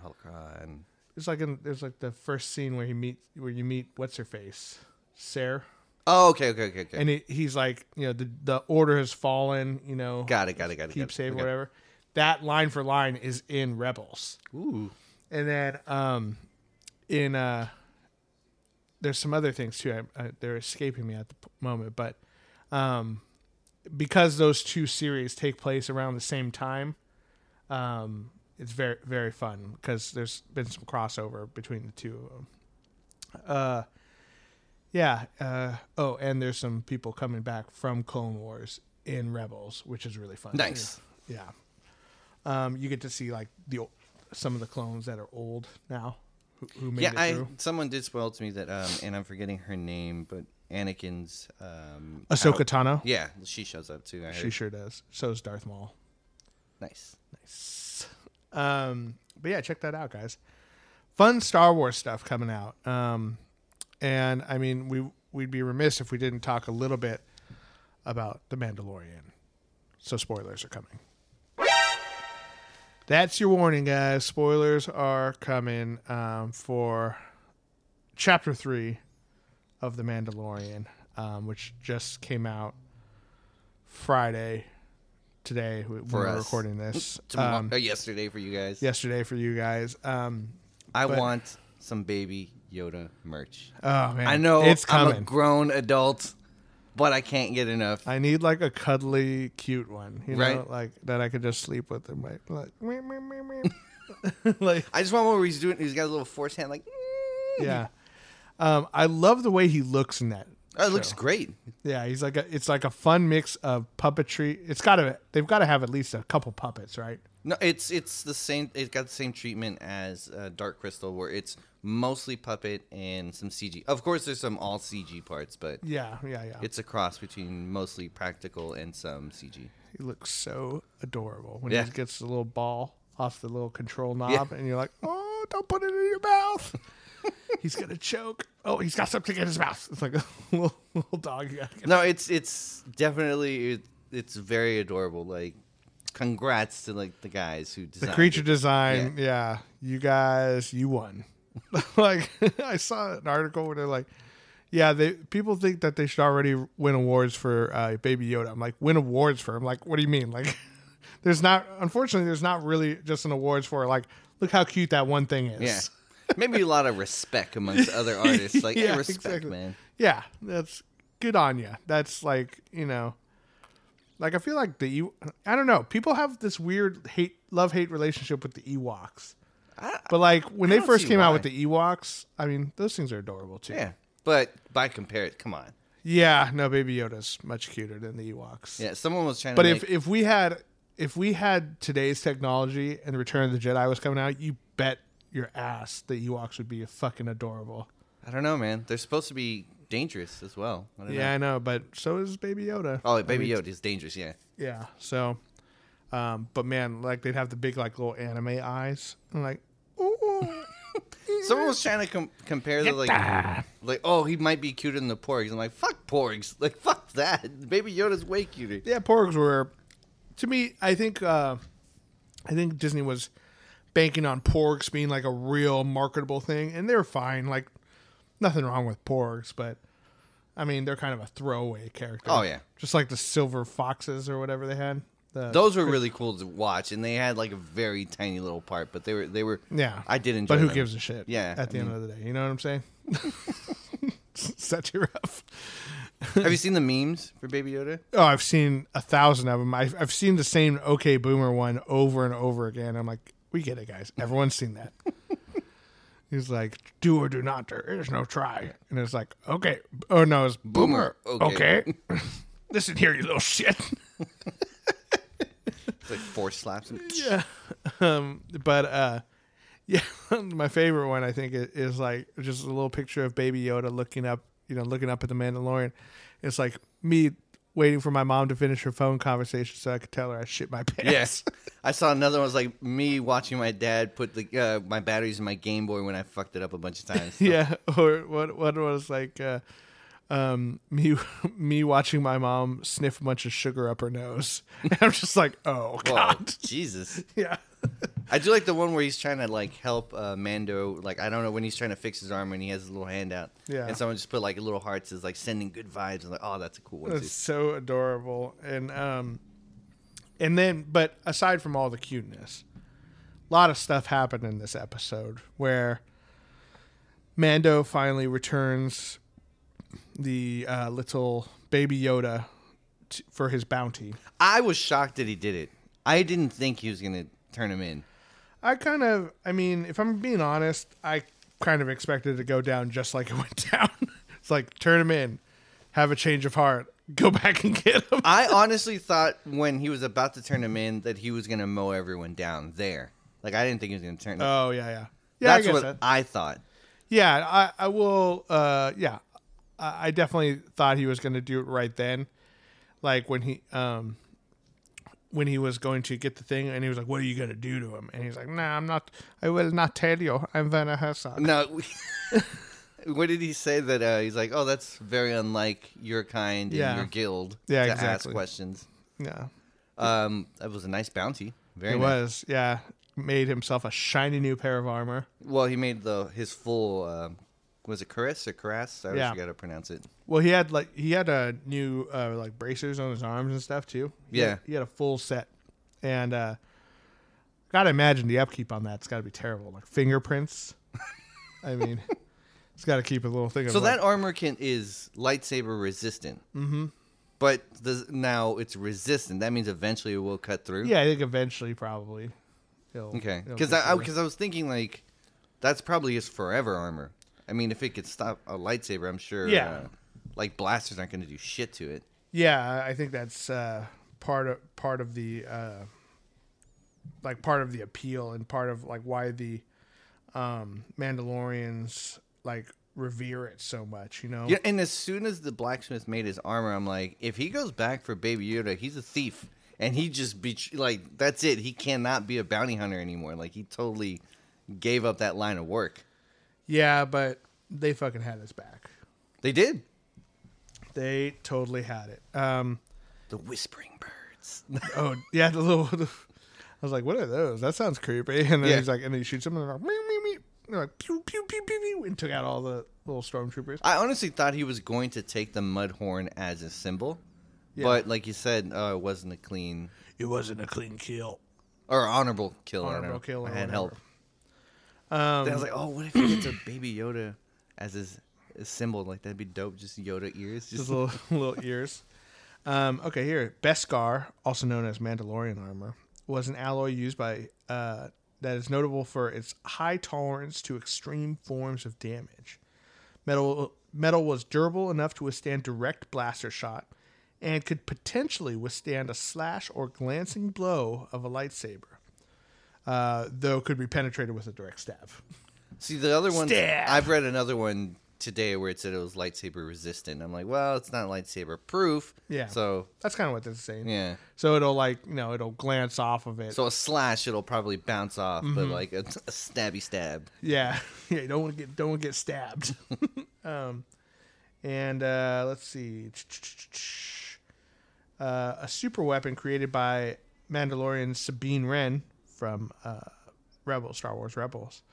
[SPEAKER 2] Oh, God.
[SPEAKER 1] It's like in there's like the first scene where he meet where you meet what's her face, Sarah.
[SPEAKER 2] Oh, okay, okay, okay, okay.
[SPEAKER 1] and it, he's like, you know, the the order has fallen, you know,
[SPEAKER 2] got it, got it, got it. got
[SPEAKER 1] keep
[SPEAKER 2] it.
[SPEAKER 1] safe,
[SPEAKER 2] Okay.
[SPEAKER 1] whatever. That line for line is in Rebels,
[SPEAKER 2] Ooh,
[SPEAKER 1] and then um, in uh, there's some other things too. I, I, they're escaping me at the p- moment, but um, because those two series take place around the same time, um, it's very very fun because there's been some crossover between the two of them. Uh, yeah. Uh, oh, and there's some people coming back from Clone Wars in Rebels, which is really fun. too.
[SPEAKER 2] nice.
[SPEAKER 1] Yeah. Um, you get to see like the o- some of the clones that are old now who, who made
[SPEAKER 2] yeah,
[SPEAKER 1] it
[SPEAKER 2] I,
[SPEAKER 1] through.
[SPEAKER 2] someone did spoil to me that, um, and I'm forgetting her name, but Anakin's. Um,
[SPEAKER 1] Ahsoka
[SPEAKER 2] out-
[SPEAKER 1] Tano.
[SPEAKER 2] Yeah, she shows up too. I heard.
[SPEAKER 1] She sure does. So is Darth Maul.
[SPEAKER 2] nice.
[SPEAKER 1] Um, but yeah, check that out, guys. Fun Star Wars stuff coming out. Um, and I mean, we we'd be remiss if we didn't talk a little bit about the Mandalorian. So spoilers are coming. That's your warning, guys. Spoilers are coming um, for chapter three of the Mandalorian, um, which just came out Friday. Today, when
[SPEAKER 2] For
[SPEAKER 1] we're
[SPEAKER 2] us.
[SPEAKER 1] recording this.
[SPEAKER 2] Tomorrow,
[SPEAKER 1] Um,
[SPEAKER 2] uh, yesterday for you guys.
[SPEAKER 1] yesterday for you guys. Um,
[SPEAKER 2] I
[SPEAKER 1] but-
[SPEAKER 2] want some baby Yoda merch.
[SPEAKER 1] oh man,
[SPEAKER 2] I know
[SPEAKER 1] it's
[SPEAKER 2] I'm a
[SPEAKER 1] coming.
[SPEAKER 2] grown adult, but I can't get enough.
[SPEAKER 1] I need like a cuddly, cute one, you know,
[SPEAKER 2] Right.
[SPEAKER 1] like that I could just sleep with and like, like, meow, meow, meow, meow. like
[SPEAKER 2] I just want one where he's doing. He's got a little force hand, like. mm.
[SPEAKER 1] yeah. Um, I love the way he looks in that.
[SPEAKER 2] Oh, it looks
[SPEAKER 1] show.
[SPEAKER 2] great.
[SPEAKER 1] Yeah, he's like a, it's like a fun mix of puppetry. It's got to they've got to have at least a couple puppets, right?
[SPEAKER 2] No, it's it's the same. It got the same treatment as uh, Dark Crystal, where it's mostly puppet and some CG. Of course, there's some all CG parts, but
[SPEAKER 1] Yeah, yeah, yeah.
[SPEAKER 2] It's a cross between mostly practical and some CG.
[SPEAKER 1] he looks so adorable when
[SPEAKER 2] Yeah.
[SPEAKER 1] he gets the little ball off the little control knob, and you're like, "Oh, don't put it in your mouth." he's gonna choke. Oh, he's got something in his mouth. It's like a little, little dog. You gotta get-
[SPEAKER 2] No, it's it's definitely it, it's very adorable. Like, congrats to like the guys who
[SPEAKER 1] The
[SPEAKER 2] designed
[SPEAKER 1] creature
[SPEAKER 2] It.
[SPEAKER 1] design. Yeah. you guys, you won. like I saw an article where they're like, "Yeah, they people think that they should already win awards for uh, Baby Yoda." I'm like, "Win awards for him?" Like, what do you mean? Like, there's not. Unfortunately, there's not really just an awards for like, look how cute that one thing is.
[SPEAKER 2] Yeah, maybe a lot of respect amongst other artists. Like, hey,
[SPEAKER 1] Yeah,
[SPEAKER 2] respect,
[SPEAKER 1] exactly.
[SPEAKER 2] man.
[SPEAKER 1] Yeah, that's good on you. That's like you know, like I feel like the E- I don't know. People have this weird hate, love hate relationship with the Ewoks. But like when they
[SPEAKER 2] don't
[SPEAKER 1] first
[SPEAKER 2] see
[SPEAKER 1] came out
[SPEAKER 2] why.
[SPEAKER 1] with the Ewoks, I mean those things are adorable too.
[SPEAKER 2] Yeah, but by compare, come on.
[SPEAKER 1] Yeah, no, Baby Yoda's much cuter than the Ewoks.
[SPEAKER 2] Yeah, someone was trying
[SPEAKER 1] But
[SPEAKER 2] to.
[SPEAKER 1] if
[SPEAKER 2] make-
[SPEAKER 1] if we had if we had today's technology and Return of the Jedi was coming out, you bet your ass the Ewoks would be fucking adorable.
[SPEAKER 2] I don't know, man, they're supposed to be dangerous as well. I don't
[SPEAKER 1] Yeah,
[SPEAKER 2] Know.
[SPEAKER 1] I know, but so is Baby Yoda.
[SPEAKER 2] Oh, Baby Yoda is dangerous. Yeah.
[SPEAKER 1] Yeah. So, um, but man, like they'd have the big like little anime eyes and like, ooh,
[SPEAKER 2] Someone was trying to com- compare the like, like, oh, he might be cuter than the Porgs. I'm like, fuck Porgs. Like, fuck that. Baby Yoda's way cuter.
[SPEAKER 1] yeah, Porgs were. To me, I think uh, I think Disney was banking on Porgs being like a real marketable thing, and they're fine. Like nothing wrong with Porgs, but I mean they're kind of a throwaway character.
[SPEAKER 2] Oh, yeah.
[SPEAKER 1] just like the silver foxes or whatever they had. The-
[SPEAKER 2] Those were really cool to watch, and they had like a very tiny little part, but they were they were.
[SPEAKER 1] Yeah.
[SPEAKER 2] I did enjoy.
[SPEAKER 1] But who
[SPEAKER 2] them.
[SPEAKER 1] gives a shit?
[SPEAKER 2] Yeah,
[SPEAKER 1] At the
[SPEAKER 2] I
[SPEAKER 1] end of the day. You know what I'm saying? Such a rough.
[SPEAKER 2] Have you seen the memes for Baby Yoda?
[SPEAKER 1] Oh, I've seen a thousand of them. I've, I've seen the same OK Boomer one over and over again. I'm like, we get it, guys. Everyone's seen that. He's like, do or do not. There is no try. And it's like, okay. Oh, no, it's Boomer.
[SPEAKER 2] Boomer,
[SPEAKER 1] Okay.
[SPEAKER 2] okay.
[SPEAKER 1] Listen here, you little shit.
[SPEAKER 2] It's like four slaps. And
[SPEAKER 1] yeah. Um, but uh, yeah, my favorite one I think is, is like just a little picture of Baby Yoda looking up, you know, looking up at the Mandalorian. It's like me waiting for my mom to finish her phone conversation so I could tell her I shit my pants.
[SPEAKER 2] Yes, I saw another one. It was like me watching my dad put the uh, my batteries in my Game Boy when I fucked it up a bunch of times.
[SPEAKER 1] Yeah, or what? What was like? Uh, um, me, me watching my mom sniff a bunch of sugar up her nose. And I'm just like, oh
[SPEAKER 2] Whoa,
[SPEAKER 1] god,
[SPEAKER 2] Jesus.
[SPEAKER 1] yeah,
[SPEAKER 2] I do like the one where he's trying to like help uh, Mando. Like I don't know when he's trying to fix his arm and he has his little hand out.
[SPEAKER 1] Yeah.
[SPEAKER 2] And someone just put like little hearts is like sending good vibes. And like, oh, that's a cool one. too.
[SPEAKER 1] that's so adorable. And um, and then, but aside from all the cuteness, a lot of stuff happened in this episode where Mando finally returns the uh, little baby Yoda t- for his bounty.
[SPEAKER 2] I was shocked that he did it. I didn't think he was gonna turn him in.
[SPEAKER 1] I kind of, I mean, if I'm being honest, I kind of expected it to go down just like it went down. it's like turn him in, have a change of heart, go back and get him.
[SPEAKER 2] I honestly thought when he was about to turn him in that he was gonna mow everyone down there. Like I didn't think he was gonna turn.
[SPEAKER 1] Oh yeah, yeah, yeah. I
[SPEAKER 2] that's
[SPEAKER 1] guess
[SPEAKER 2] what
[SPEAKER 1] that.
[SPEAKER 2] I thought.
[SPEAKER 1] Yeah, I, I will. Uh, yeah, I, I definitely thought he was going to do it right then, like when he um when he was going to get the thing, and he was like, "What are you going to do to him?" And he's like, "Nah, I'm not. I will not tell you. I'm Werner Herzog."
[SPEAKER 2] No. what did he say that uh, he's like? Oh, that's very unlike your kind
[SPEAKER 1] Yeah.
[SPEAKER 2] and your guild
[SPEAKER 1] Yeah,
[SPEAKER 2] to
[SPEAKER 1] exactly.
[SPEAKER 2] ask questions.
[SPEAKER 1] Yeah,
[SPEAKER 2] Um, that was a nice bounty. Very
[SPEAKER 1] it
[SPEAKER 2] nice.
[SPEAKER 1] was. Yeah, made himself a shiny new pair of armor.
[SPEAKER 2] Well, he made the his full uh, was it Chris or Crass? I always
[SPEAKER 1] Yeah.
[SPEAKER 2] forget how to pronounce it.
[SPEAKER 1] Well, he had like he had a new uh, like bracers on his arms and stuff too. He
[SPEAKER 2] Yeah.
[SPEAKER 1] had, he had a full set, and uh, gotta imagine the upkeep on that's got to be terrible. Like fingerprints. I mean, it's got to keep a little thing. Of
[SPEAKER 2] So
[SPEAKER 1] like-
[SPEAKER 2] that armor can is lightsaber resistant. Mm-hmm. But the, now it's resistant. That means eventually it will cut through.
[SPEAKER 1] yeah, I think eventually probably. it'll-
[SPEAKER 2] Okay.
[SPEAKER 1] it'll
[SPEAKER 2] Because
[SPEAKER 1] get
[SPEAKER 2] I
[SPEAKER 1] through.
[SPEAKER 2] because I, was thinking like that's probably his forever armor. I mean, if it could stop a lightsaber, I'm sure.
[SPEAKER 1] Yeah.
[SPEAKER 2] Uh, like blasters aren't going to do shit to it.
[SPEAKER 1] yeah, I think that's uh, part of part of the uh, like part of the appeal and part of like why the um, Mandalorians like revere it so much. You know.
[SPEAKER 2] Yeah, and as soon as the blacksmith made his armor, I'm like, if he goes back for Baby Yoda, he's a thief, and he just be like, that's it. He cannot be a bounty hunter anymore. Like he totally gave up that line of work.
[SPEAKER 1] Yeah, but they fucking had his back.
[SPEAKER 2] They did
[SPEAKER 1] They totally had it. Um,
[SPEAKER 2] the whispering birds.
[SPEAKER 1] oh yeah, the little. I was like, what are those? That sounds creepy. And then
[SPEAKER 2] Yeah.
[SPEAKER 1] he's like, and then he shoots them, and they're like, meow, meow, meow. And they're like, pew, pew, pew, pew, pew, and took out all the little stormtroopers.
[SPEAKER 2] I honestly thought he was going to take the mud horn as a symbol,
[SPEAKER 1] Yeah.
[SPEAKER 2] but like you said, uh, it wasn't a clean
[SPEAKER 1] It wasn't a clean kill.
[SPEAKER 2] or honorable kill. I don't
[SPEAKER 1] Honorable
[SPEAKER 2] know.
[SPEAKER 1] kill or
[SPEAKER 2] I
[SPEAKER 1] whatever.
[SPEAKER 2] had help.
[SPEAKER 1] Um,
[SPEAKER 2] Then I was like, oh, what if he gets a Baby Yoda as his, his symbol? Like that'd be dope. Just Yoda ears.
[SPEAKER 1] his
[SPEAKER 2] Just
[SPEAKER 1] little little ears. Um, okay, here Beskar, also known as Mandalorian armor, was an alloy used by uh, that is notable for its high tolerance to extreme forms of damage. Metal metal was durable enough to withstand direct blaster shot and could potentially withstand a slash or glancing blow of a lightsaber. Uh, though could be penetrated with a direct stab.
[SPEAKER 2] See the other one.
[SPEAKER 1] Stab.
[SPEAKER 2] I've read another one today where it said it was lightsaber resistant. I'm like, well, it's not lightsaber proof.
[SPEAKER 1] Yeah.
[SPEAKER 2] So
[SPEAKER 1] That's kind of what this is saying.
[SPEAKER 2] yeah.
[SPEAKER 1] So it'll like, you know, it'll glance off of it.
[SPEAKER 2] So a slash, it'll probably bounce off, but like a, a stabby stab.
[SPEAKER 1] Yeah, yeah. You don't want to get don't want to get stabbed. um, and uh, let's see, uh, a super weapon created by Mandalorian Sabine Wren from uh, Rebel Star Wars Rebels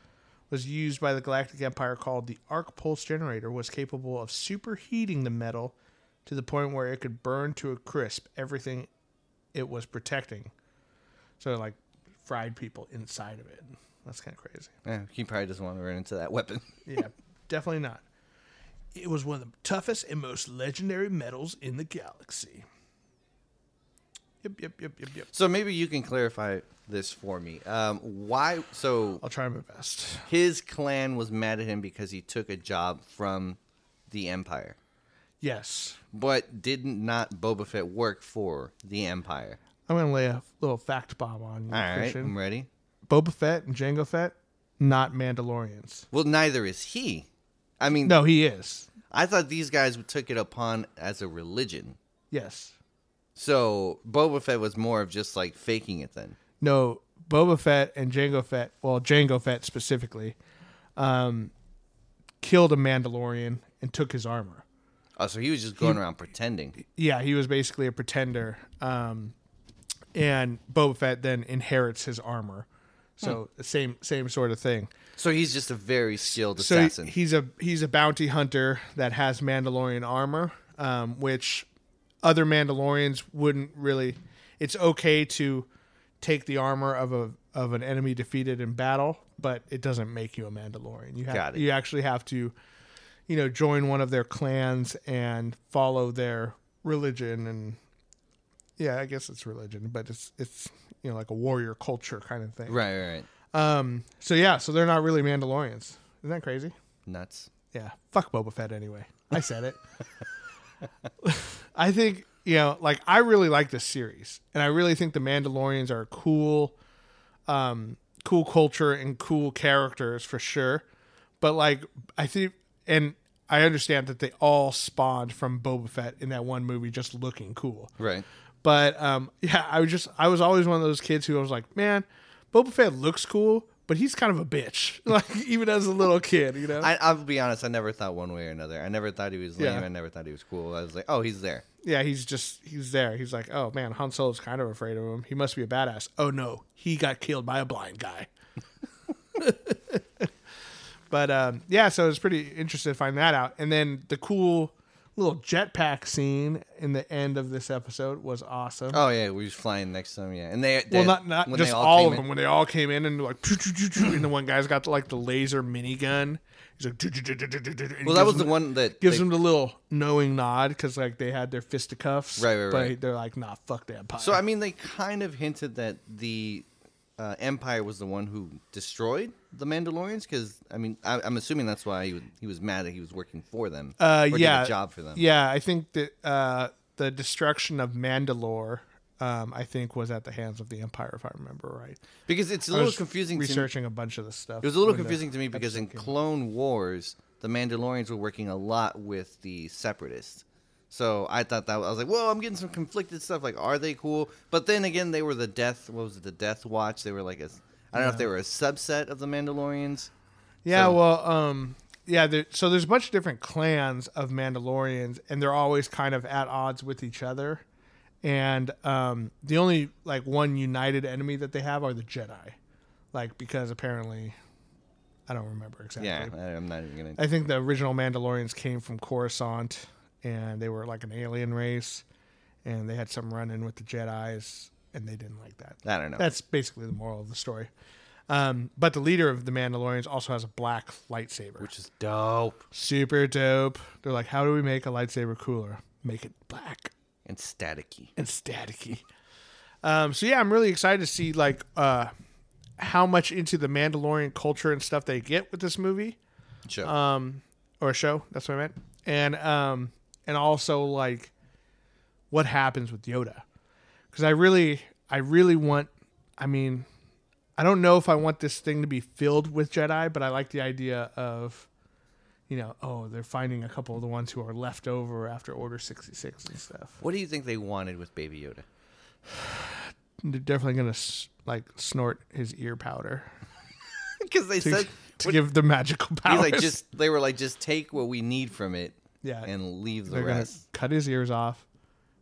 [SPEAKER 1] was used by the Galactic Empire called the Arc Pulse Generator. Was capable of superheating the metal to the point where it could burn to a crisp everything it was protecting. So it, like fried people inside of it. That's kind of crazy.
[SPEAKER 2] Yeah, he probably doesn't want to run into that weapon.
[SPEAKER 1] Yeah, definitely not. It was one of the toughest and most legendary metals in the galaxy. Yep, yep, yep, yep, yep.
[SPEAKER 2] So maybe you can clarify this for me. Um, why? So
[SPEAKER 1] I'll try my best.
[SPEAKER 2] his clan was mad at him because he took a job from the Empire,
[SPEAKER 1] Yes,
[SPEAKER 2] but didn't not Boba Fett work for the Empire?
[SPEAKER 1] I'm gonna lay a little fact bomb on you,
[SPEAKER 2] All right,
[SPEAKER 1] Christian.
[SPEAKER 2] I'm ready.
[SPEAKER 1] Boba Fett and Jango Fett, not Mandalorians.
[SPEAKER 2] Well, neither is he. I mean,
[SPEAKER 1] No, he is.
[SPEAKER 2] I thought these guys took it upon as a religion.
[SPEAKER 1] Yes.
[SPEAKER 2] So Boba Fett was more of just like faking it then.
[SPEAKER 1] No, Boba Fett and Jango Fett, well, Jango Fett specifically, um, killed a Mandalorian and took his armor.
[SPEAKER 2] Oh, so he was just going around pretending.
[SPEAKER 1] yeah, he was basically a pretender. Um, and Boba Fett then inherits his armor, so the same same sort of thing.
[SPEAKER 2] So he's just a very skilled
[SPEAKER 1] So
[SPEAKER 2] assassin.
[SPEAKER 1] he's a he's a bounty hunter that has Mandalorian armor, um, which other Mandalorians wouldn't really. It's okay to take the armor of a of an enemy defeated in battle, but it doesn't make you a Mandalorian. You have
[SPEAKER 2] Got it.
[SPEAKER 1] you actually have to, you know, join one of their clans and follow their religion and yeah, I guess it's religion, but it's it's you know like a warrior culture kind of thing.
[SPEAKER 2] right, right, right.
[SPEAKER 1] Um. So yeah, so they're not really Mandalorians. Isn't that crazy?
[SPEAKER 2] Nuts.
[SPEAKER 1] Yeah. Fuck Boba Fett anyway. I said it. I think, you know, like I really like this series and I really think the Mandalorians are cool um cool culture and cool characters for sure. But like I think and I understand that they all spawned from Boba Fett in that one movie just looking cool.
[SPEAKER 2] Right.
[SPEAKER 1] But um, yeah, I was just I was always one of those kids who was like, man, Boba Fett looks cool, but he's kind of a bitch. Like even as a little kid, you know.
[SPEAKER 2] I, I'll be honest. I never thought one way or another. I never thought he was lame.
[SPEAKER 1] Yeah.
[SPEAKER 2] I never thought he was cool. I was like, oh, he's there.
[SPEAKER 1] yeah, he's just he's there. He's like, oh man, Han Solo's kind of afraid of him. He must be a badass. Oh no, he got killed by a blind guy. but um, yeah, so it was pretty interesting to find that out. And then the cool little jetpack scene in the end of this episode was awesome.
[SPEAKER 2] Oh yeah, we was flying next to him. Yeah, and they, they
[SPEAKER 1] well, not not
[SPEAKER 2] when
[SPEAKER 1] just
[SPEAKER 2] they
[SPEAKER 1] all,
[SPEAKER 2] came
[SPEAKER 1] of
[SPEAKER 2] in-
[SPEAKER 1] them. When they all came in and like, and the one guy's got like the laser minigun. He's like,
[SPEAKER 2] Well, that was the one that
[SPEAKER 1] gives
[SPEAKER 2] they-
[SPEAKER 1] them the little knowing nod because like they had their fisticuffs,
[SPEAKER 2] Right, right,
[SPEAKER 1] but
[SPEAKER 2] right.
[SPEAKER 1] they're like, nah, fuck the empire.
[SPEAKER 2] So I mean, they kind of hinted that the uh, Empire was the one who destroyed the Mandalorians, because I mean, I, I'm assuming that's why he, w- he was mad that he was working for them,
[SPEAKER 1] uh,
[SPEAKER 2] or
[SPEAKER 1] yeah,
[SPEAKER 2] did a job for them.
[SPEAKER 1] Yeah, I think that uh, the destruction of Mandalore, um, I think, was at the hands of the empire, if I remember right.
[SPEAKER 2] because it's a
[SPEAKER 1] I
[SPEAKER 2] little
[SPEAKER 1] was
[SPEAKER 2] confusing. To me.
[SPEAKER 1] researching a bunch of this stuff.
[SPEAKER 2] It was a little confusing to me because in Clone Wars, the Mandalorians were working a lot with the Separatists. So I thought that I was like, whoa, I'm getting some conflicted stuff. Like, are they cool? But then again, they were the Death. What was it? The Death Watch. They were like a. I don't know if they were a subset of the Mandalorians.
[SPEAKER 1] Yeah,
[SPEAKER 2] So-
[SPEAKER 1] well, um, yeah. There, so there's a bunch of different clans of Mandalorians, and they're always kind of at odds with each other. And um, the only like one united enemy that they have are the Jedi, like because apparently, I don't remember exactly.
[SPEAKER 2] Yeah, I, I'm not even gonna.
[SPEAKER 1] I think the original Mandalorians came from Coruscant, and they were like an alien race, and they had some run-in with the Jedi's, and they didn't like that.
[SPEAKER 2] I don't know.
[SPEAKER 1] That's basically the moral of the story. Um, but the leader of the Mandalorians also has a black lightsaber.
[SPEAKER 2] which is dope
[SPEAKER 1] Super dope. They're like, how do we make a lightsaber cooler? Make it black
[SPEAKER 2] and staticky.
[SPEAKER 1] and staticky. Um, so yeah, I'm really excited to see like uh, how much into the Mandalorian culture and stuff they get with this movie
[SPEAKER 2] Show.
[SPEAKER 1] um, or show. That's what I meant. And um, and also like what happens with Yoda, because I really, I really want. I mean, I don't know if I want this thing to be filled with Jedi, but I like the idea of, you know, oh, they're finding a couple of the ones who are left over after Order sixty six and stuff.
[SPEAKER 2] what do you think they wanted with Baby Yoda?
[SPEAKER 1] They're definitely gonna s- like snort his ear powder
[SPEAKER 2] Because they
[SPEAKER 1] to,
[SPEAKER 2] said
[SPEAKER 1] to give the magical powers.
[SPEAKER 2] he's like just they were like just take what we need from it
[SPEAKER 1] yeah,
[SPEAKER 2] and leave the
[SPEAKER 1] Uh, they're gonna
[SPEAKER 2] rest
[SPEAKER 1] cut his ears off,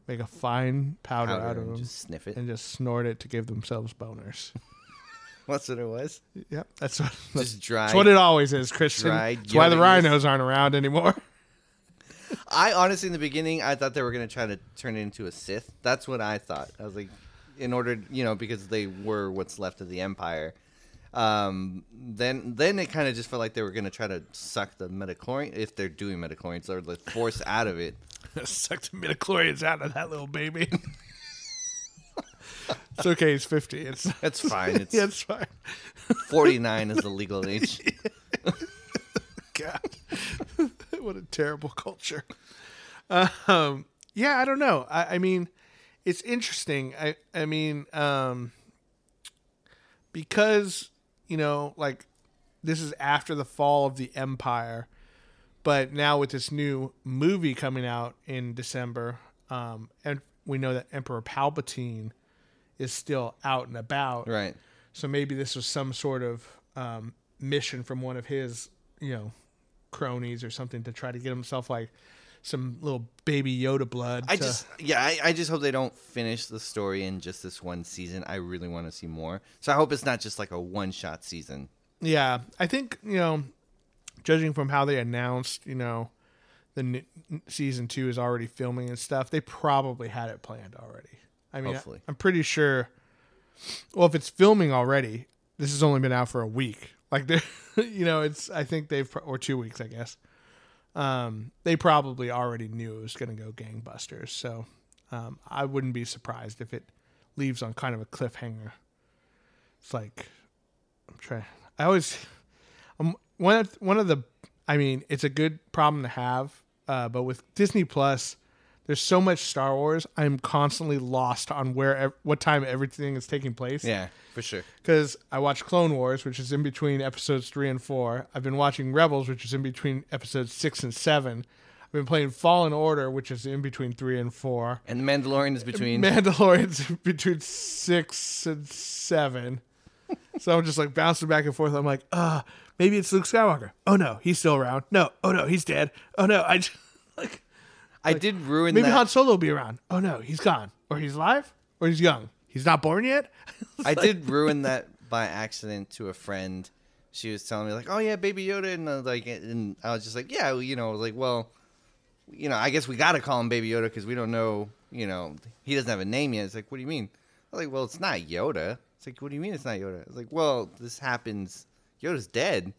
[SPEAKER 1] make a fine powder,
[SPEAKER 2] powder
[SPEAKER 1] out of
[SPEAKER 2] and
[SPEAKER 1] him,
[SPEAKER 2] just sniff it.
[SPEAKER 1] and just snort it to give themselves boners.
[SPEAKER 2] That's what it was.
[SPEAKER 1] yep, that's what that's,
[SPEAKER 2] Just dry.
[SPEAKER 1] that's what it always is, Christian.
[SPEAKER 2] dried
[SPEAKER 1] That's why the
[SPEAKER 2] Yoda
[SPEAKER 1] rhinos aren't around anymore.
[SPEAKER 2] I honestly, in the beginning, I thought they were going to try to turn it into a Sith. That's what I thought. I was like, in order, you know, because they were what's left of the Empire. Um, then, then it kind of just felt like they were going to try to suck the metachlorine, if they're doing metachlorines, or the force out of it.
[SPEAKER 1] Suck the midichlorians out of that little baby. it's okay. He's fifty. It's
[SPEAKER 2] That's fine. It's
[SPEAKER 1] yeah, it's fine.
[SPEAKER 2] forty nine is the legal age.
[SPEAKER 1] God, what a terrible culture. Um, yeah, I don't know. I, I mean, it's interesting. I, I mean, um, because you know, like this is after the fall of the empire, but now with this new movie coming out in December, um, and we know that Emperor Palpatine is still out and about,
[SPEAKER 2] Right.
[SPEAKER 1] so maybe this was some sort of um, mission from one of his, you know, cronies or something to try to get himself like some little baby Yoda blood.
[SPEAKER 2] I
[SPEAKER 1] to-
[SPEAKER 2] just, yeah, I, I just hope they don't finish the story in just this one season. I really want to see more. So I hope it's not just like a one shot season.
[SPEAKER 1] yeah, I think you know, judging from how they announced, you know, the n- n- season two is already filming and stuff. They probably had it planned already. I mean,
[SPEAKER 2] Hopefully.
[SPEAKER 1] I, am pretty sure. Well, if it's filming already, this has only been out for a week. Like, they, you know, it's I think they've pro- or two weeks, I guess. Um, they probably already knew it was going to go gangbusters, so um, I wouldn't be surprised if it leaves on kind of a cliffhanger. It's like I'm trying. I always um, one of, one of the. I mean, it's a good problem to have, uh, but with Disney Plus, there's so much Star Wars. I'm constantly lost on where ev- what time everything is taking place.
[SPEAKER 2] Yeah, for sure.
[SPEAKER 1] Because I watch Clone Wars, which is in between episodes three and four. I've been watching Rebels, which is in between episodes six and seven. I've been playing Fallen Order, which is in between three and four.
[SPEAKER 2] And the Mandalorian is between.
[SPEAKER 1] Mandalorian's between six and seven. so I'm just like bouncing back and forth. I'm like, uh, maybe it's Luke Skywalker. Oh no, he's still around. No, oh no, he's dead. Oh no, I just, like
[SPEAKER 2] I did ruin
[SPEAKER 1] maybe
[SPEAKER 2] that.
[SPEAKER 1] Han Solo will be around. Oh no, he's gone. Or he's alive, or he's young. He's not born yet.
[SPEAKER 2] I did ruin that by accident to a friend. She was telling me like, "Oh yeah, Baby Yoda," and I was like, and I was just like, "Yeah, well, you know," I was like, "Well, you know, I guess we gotta call him Baby Yoda because we don't know, you know, he doesn't have a name yet." It's like, "What do you mean?" I was like, "Well, it's not Yoda." It's like, "What do you mean it's not Yoda?" I was like, "Well, this happens. Yoda's dead."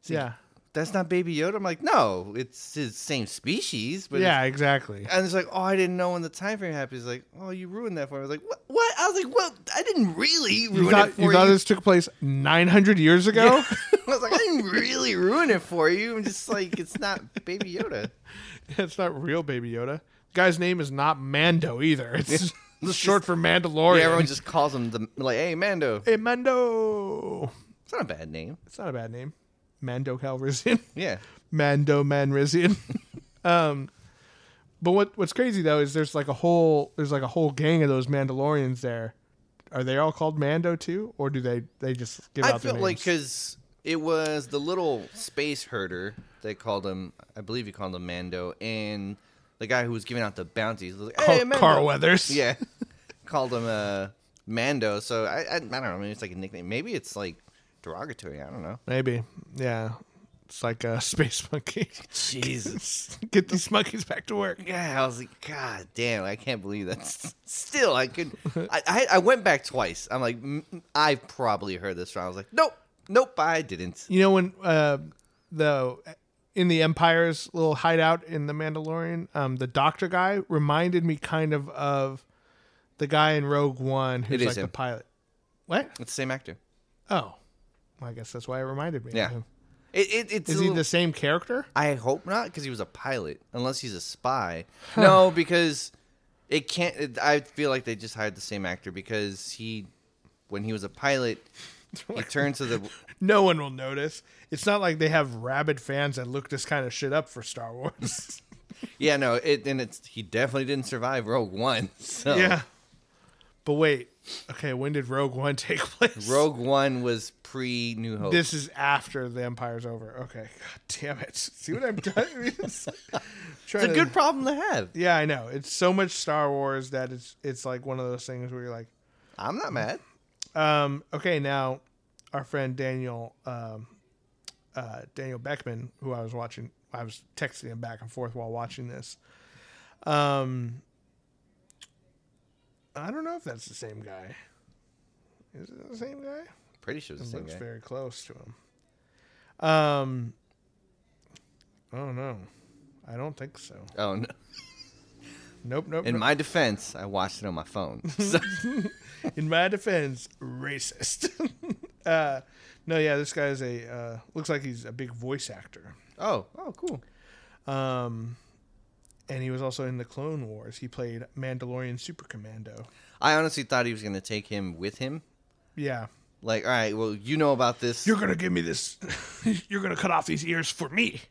[SPEAKER 2] It's like,
[SPEAKER 1] yeah,
[SPEAKER 2] that's not Baby Yoda. I'm like, "No, it's his same species, but it's
[SPEAKER 1] yeah, exactly.
[SPEAKER 2] and it's like, oh, I didn't know when the time frame happened. He's like, oh, you ruined that for me. I was like, what? what? I was like, well, I didn't really ruin
[SPEAKER 1] You thought,
[SPEAKER 2] it for
[SPEAKER 1] you
[SPEAKER 2] you.
[SPEAKER 1] thought this took place 900 years ago?
[SPEAKER 2] I was like, I didn't really ruin it for you. I'm just like, it's not Baby Yoda.
[SPEAKER 1] That's not real Baby Yoda. Guy's name is not Mando either. It's, it's short for Mandalorian.
[SPEAKER 2] Yeah, everyone just calls him the like, hey, Mando.
[SPEAKER 1] hey, Mando.
[SPEAKER 2] It's not a bad name.
[SPEAKER 1] It's not a bad name. Mando Calrissian.
[SPEAKER 2] Yeah,
[SPEAKER 1] Mando Manrissian. um but what what's crazy though is there's like a whole there's like a whole gang of those Mandalorians there. Are they all called Mando too or do they they just give
[SPEAKER 2] I
[SPEAKER 1] out their
[SPEAKER 2] feel
[SPEAKER 1] names?
[SPEAKER 2] like because it was the little space herder they called him. I believe he called him Mando, and the guy who was giving out the bounties was like,
[SPEAKER 1] Car-
[SPEAKER 2] hey, Mando.
[SPEAKER 1] Oh, Carl Weathers.
[SPEAKER 2] Yeah, called him uh, Mando. So I, I, I don't know. Maybe it's like a nickname. Maybe it's like derogatory. I don't know.
[SPEAKER 1] Maybe. Yeah. It's like a space monkey.
[SPEAKER 2] Jesus.
[SPEAKER 1] Get these monkeys back to work.
[SPEAKER 2] Yeah, I was like, God damn, I can't believe that. S- Still, I could. I, I, I went back twice. I'm like, mm, I probably heard this wrong. I was like, nope, nope, I didn't.
[SPEAKER 1] You know when uh, the in the Empire's little hideout in the Mandalorian, um, the Doctor guy reminded me kind of of the guy in Rogue One who's
[SPEAKER 2] It is
[SPEAKER 1] like the
[SPEAKER 2] him.
[SPEAKER 1] pilot. What?
[SPEAKER 2] It's the same actor.
[SPEAKER 1] Oh, well, I guess that's why it reminded me. of
[SPEAKER 2] Yeah.
[SPEAKER 1] him.
[SPEAKER 2] It, it, it's
[SPEAKER 1] Is
[SPEAKER 2] a
[SPEAKER 1] he
[SPEAKER 2] little-
[SPEAKER 1] the same character?
[SPEAKER 2] I hope not, because he was a pilot. Unless he's a spy. No, because it can't. It, I feel like they just hired the same actor because he, when he was a pilot, he turned to the.
[SPEAKER 1] No one will notice. It's not like they have rabid fans that look this kind of shit up for Star Wars.
[SPEAKER 2] Yeah, no, it and it's he definitely didn't survive Rogue One. So
[SPEAKER 1] yeah. But wait, okay, when did Rogue One take place?
[SPEAKER 2] Rogue One was pre New Hope.
[SPEAKER 1] This is after the Empire's over. Okay, god damn it. See what I'm doing? it's
[SPEAKER 2] it's a good problem to have.
[SPEAKER 1] Yeah, I know. It's so much Star Wars that it's it's like one of those things where you're like,
[SPEAKER 2] I'm not mad.
[SPEAKER 1] Um, okay, now our friend Daniel um, uh, Daniel Beckman, who I was watching, I was texting him back and forth while watching this. Um, I don't know if that's the same guy. Is it the same guy?
[SPEAKER 2] Pretty sure it's the same
[SPEAKER 1] Looks
[SPEAKER 2] guy.
[SPEAKER 1] very close to him. Um, I don't know. I don't think so.
[SPEAKER 2] Oh no!
[SPEAKER 1] Nope, nope.
[SPEAKER 2] In
[SPEAKER 1] nope.
[SPEAKER 2] my defense, I watched it on my phone. So,
[SPEAKER 1] in my defense, racist. uh, no, yeah, this guy is a uh, looks like he's a big voice actor.
[SPEAKER 2] oh, oh, cool.
[SPEAKER 1] Um, and he was also in the Clone Wars. He played Mandalorian Super Commando.
[SPEAKER 2] I honestly thought he was going to take him with him.
[SPEAKER 1] Yeah,
[SPEAKER 2] Like, all right, well, you know about this.
[SPEAKER 1] you're gonna give me this. you're gonna cut off these ears for me.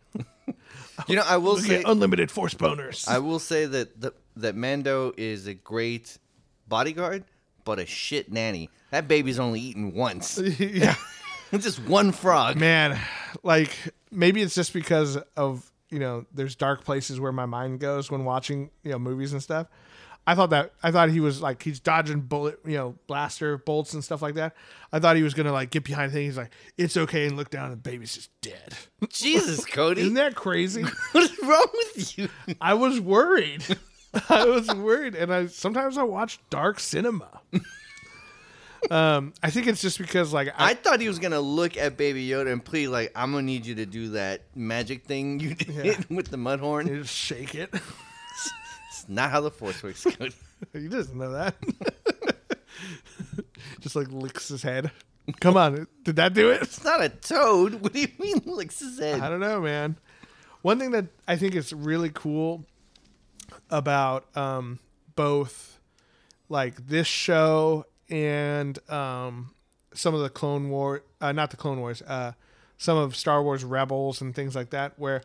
[SPEAKER 2] you know, I will
[SPEAKER 1] You'll
[SPEAKER 2] say,
[SPEAKER 1] get unlimited force boners.
[SPEAKER 2] I will say that the, that Mando is a great bodyguard, but a shit nanny. That baby's only eaten once.
[SPEAKER 1] yeah,
[SPEAKER 2] Just one frog.
[SPEAKER 1] man. Like maybe it's just because of you know there's dark places where my mind goes when watching you know movies and stuff. I thought that I thought he was like he's dodging bullet you know blaster bolts and stuff like that. I thought he was gonna like get behind things. He's like it's okay and look down and the baby's just dead.
[SPEAKER 2] Jesus, Cody,
[SPEAKER 1] Isn't that crazy?
[SPEAKER 2] what is wrong with you?
[SPEAKER 1] I was worried. I was worried, and I sometimes I watch dark cinema. um, I think it's just because like I,
[SPEAKER 2] I thought he was gonna look at Baby Yoda and plead like, "I'm gonna need you to do that magic thing you did with the mud horn."
[SPEAKER 1] just shake it.
[SPEAKER 2] It's not how the Force works, Cody.
[SPEAKER 1] he doesn't know that. just like licks his head. Come on, did that do it?
[SPEAKER 2] It's not a toad. What do you mean, licks his head?
[SPEAKER 1] I don't know, man. One thing that I think is really cool about um, both like this show and um, some of the Clone War, uh, not the Clone Wars, uh, some of Star Wars Rebels and things like that, where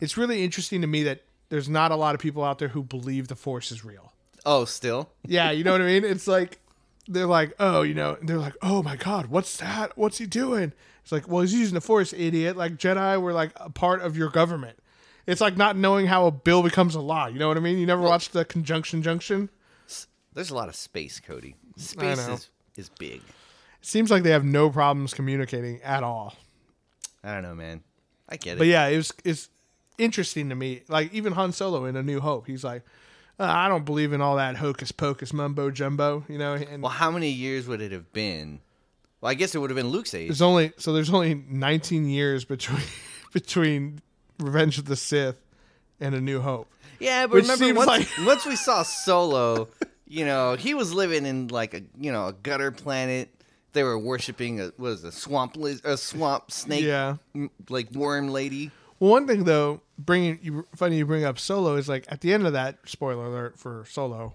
[SPEAKER 1] it's really interesting to me that there's not a lot of people out there who believe the Force is real.
[SPEAKER 2] Oh, still.
[SPEAKER 1] Yeah, you know what I mean? It's like they're like, oh, you know, they're like, oh my god, what's that? What's he doing? It's like, well, he's using the force, idiot. Like Jedi were like a part of your government. It's like not knowing how a bill becomes a law. You know what I mean? You never watched the conjunction junction.
[SPEAKER 2] There's a lot of space, Cody. Space
[SPEAKER 1] know.
[SPEAKER 2] is, is big.
[SPEAKER 1] It seems like they have no problems communicating at all.
[SPEAKER 2] I don't know, man. I get
[SPEAKER 1] But
[SPEAKER 2] it.
[SPEAKER 1] yeah, it was it's interesting to me. Like even Han Solo in A New Hope, he's like, uh, I don't believe in all that hocus pocus mumbo jumbo. You know, and
[SPEAKER 2] Well, how many years would it have been? Well, I guess it would have been Luke's age.
[SPEAKER 1] There's only so there's only 19 years between between Revenge of the Sith and A New Hope.
[SPEAKER 2] Yeah, but
[SPEAKER 1] Which
[SPEAKER 2] remember
[SPEAKER 1] seems
[SPEAKER 2] once,
[SPEAKER 1] like-
[SPEAKER 2] once we saw Solo, you know, he was living in like a you know a gutter planet. They were worshiping a was a swamp liz- a swamp snake,
[SPEAKER 1] Yeah.
[SPEAKER 2] m- like worm lady.
[SPEAKER 1] Well, one thing though, bringing you funny you bring up Solo is like at the end of that spoiler alert for Solo,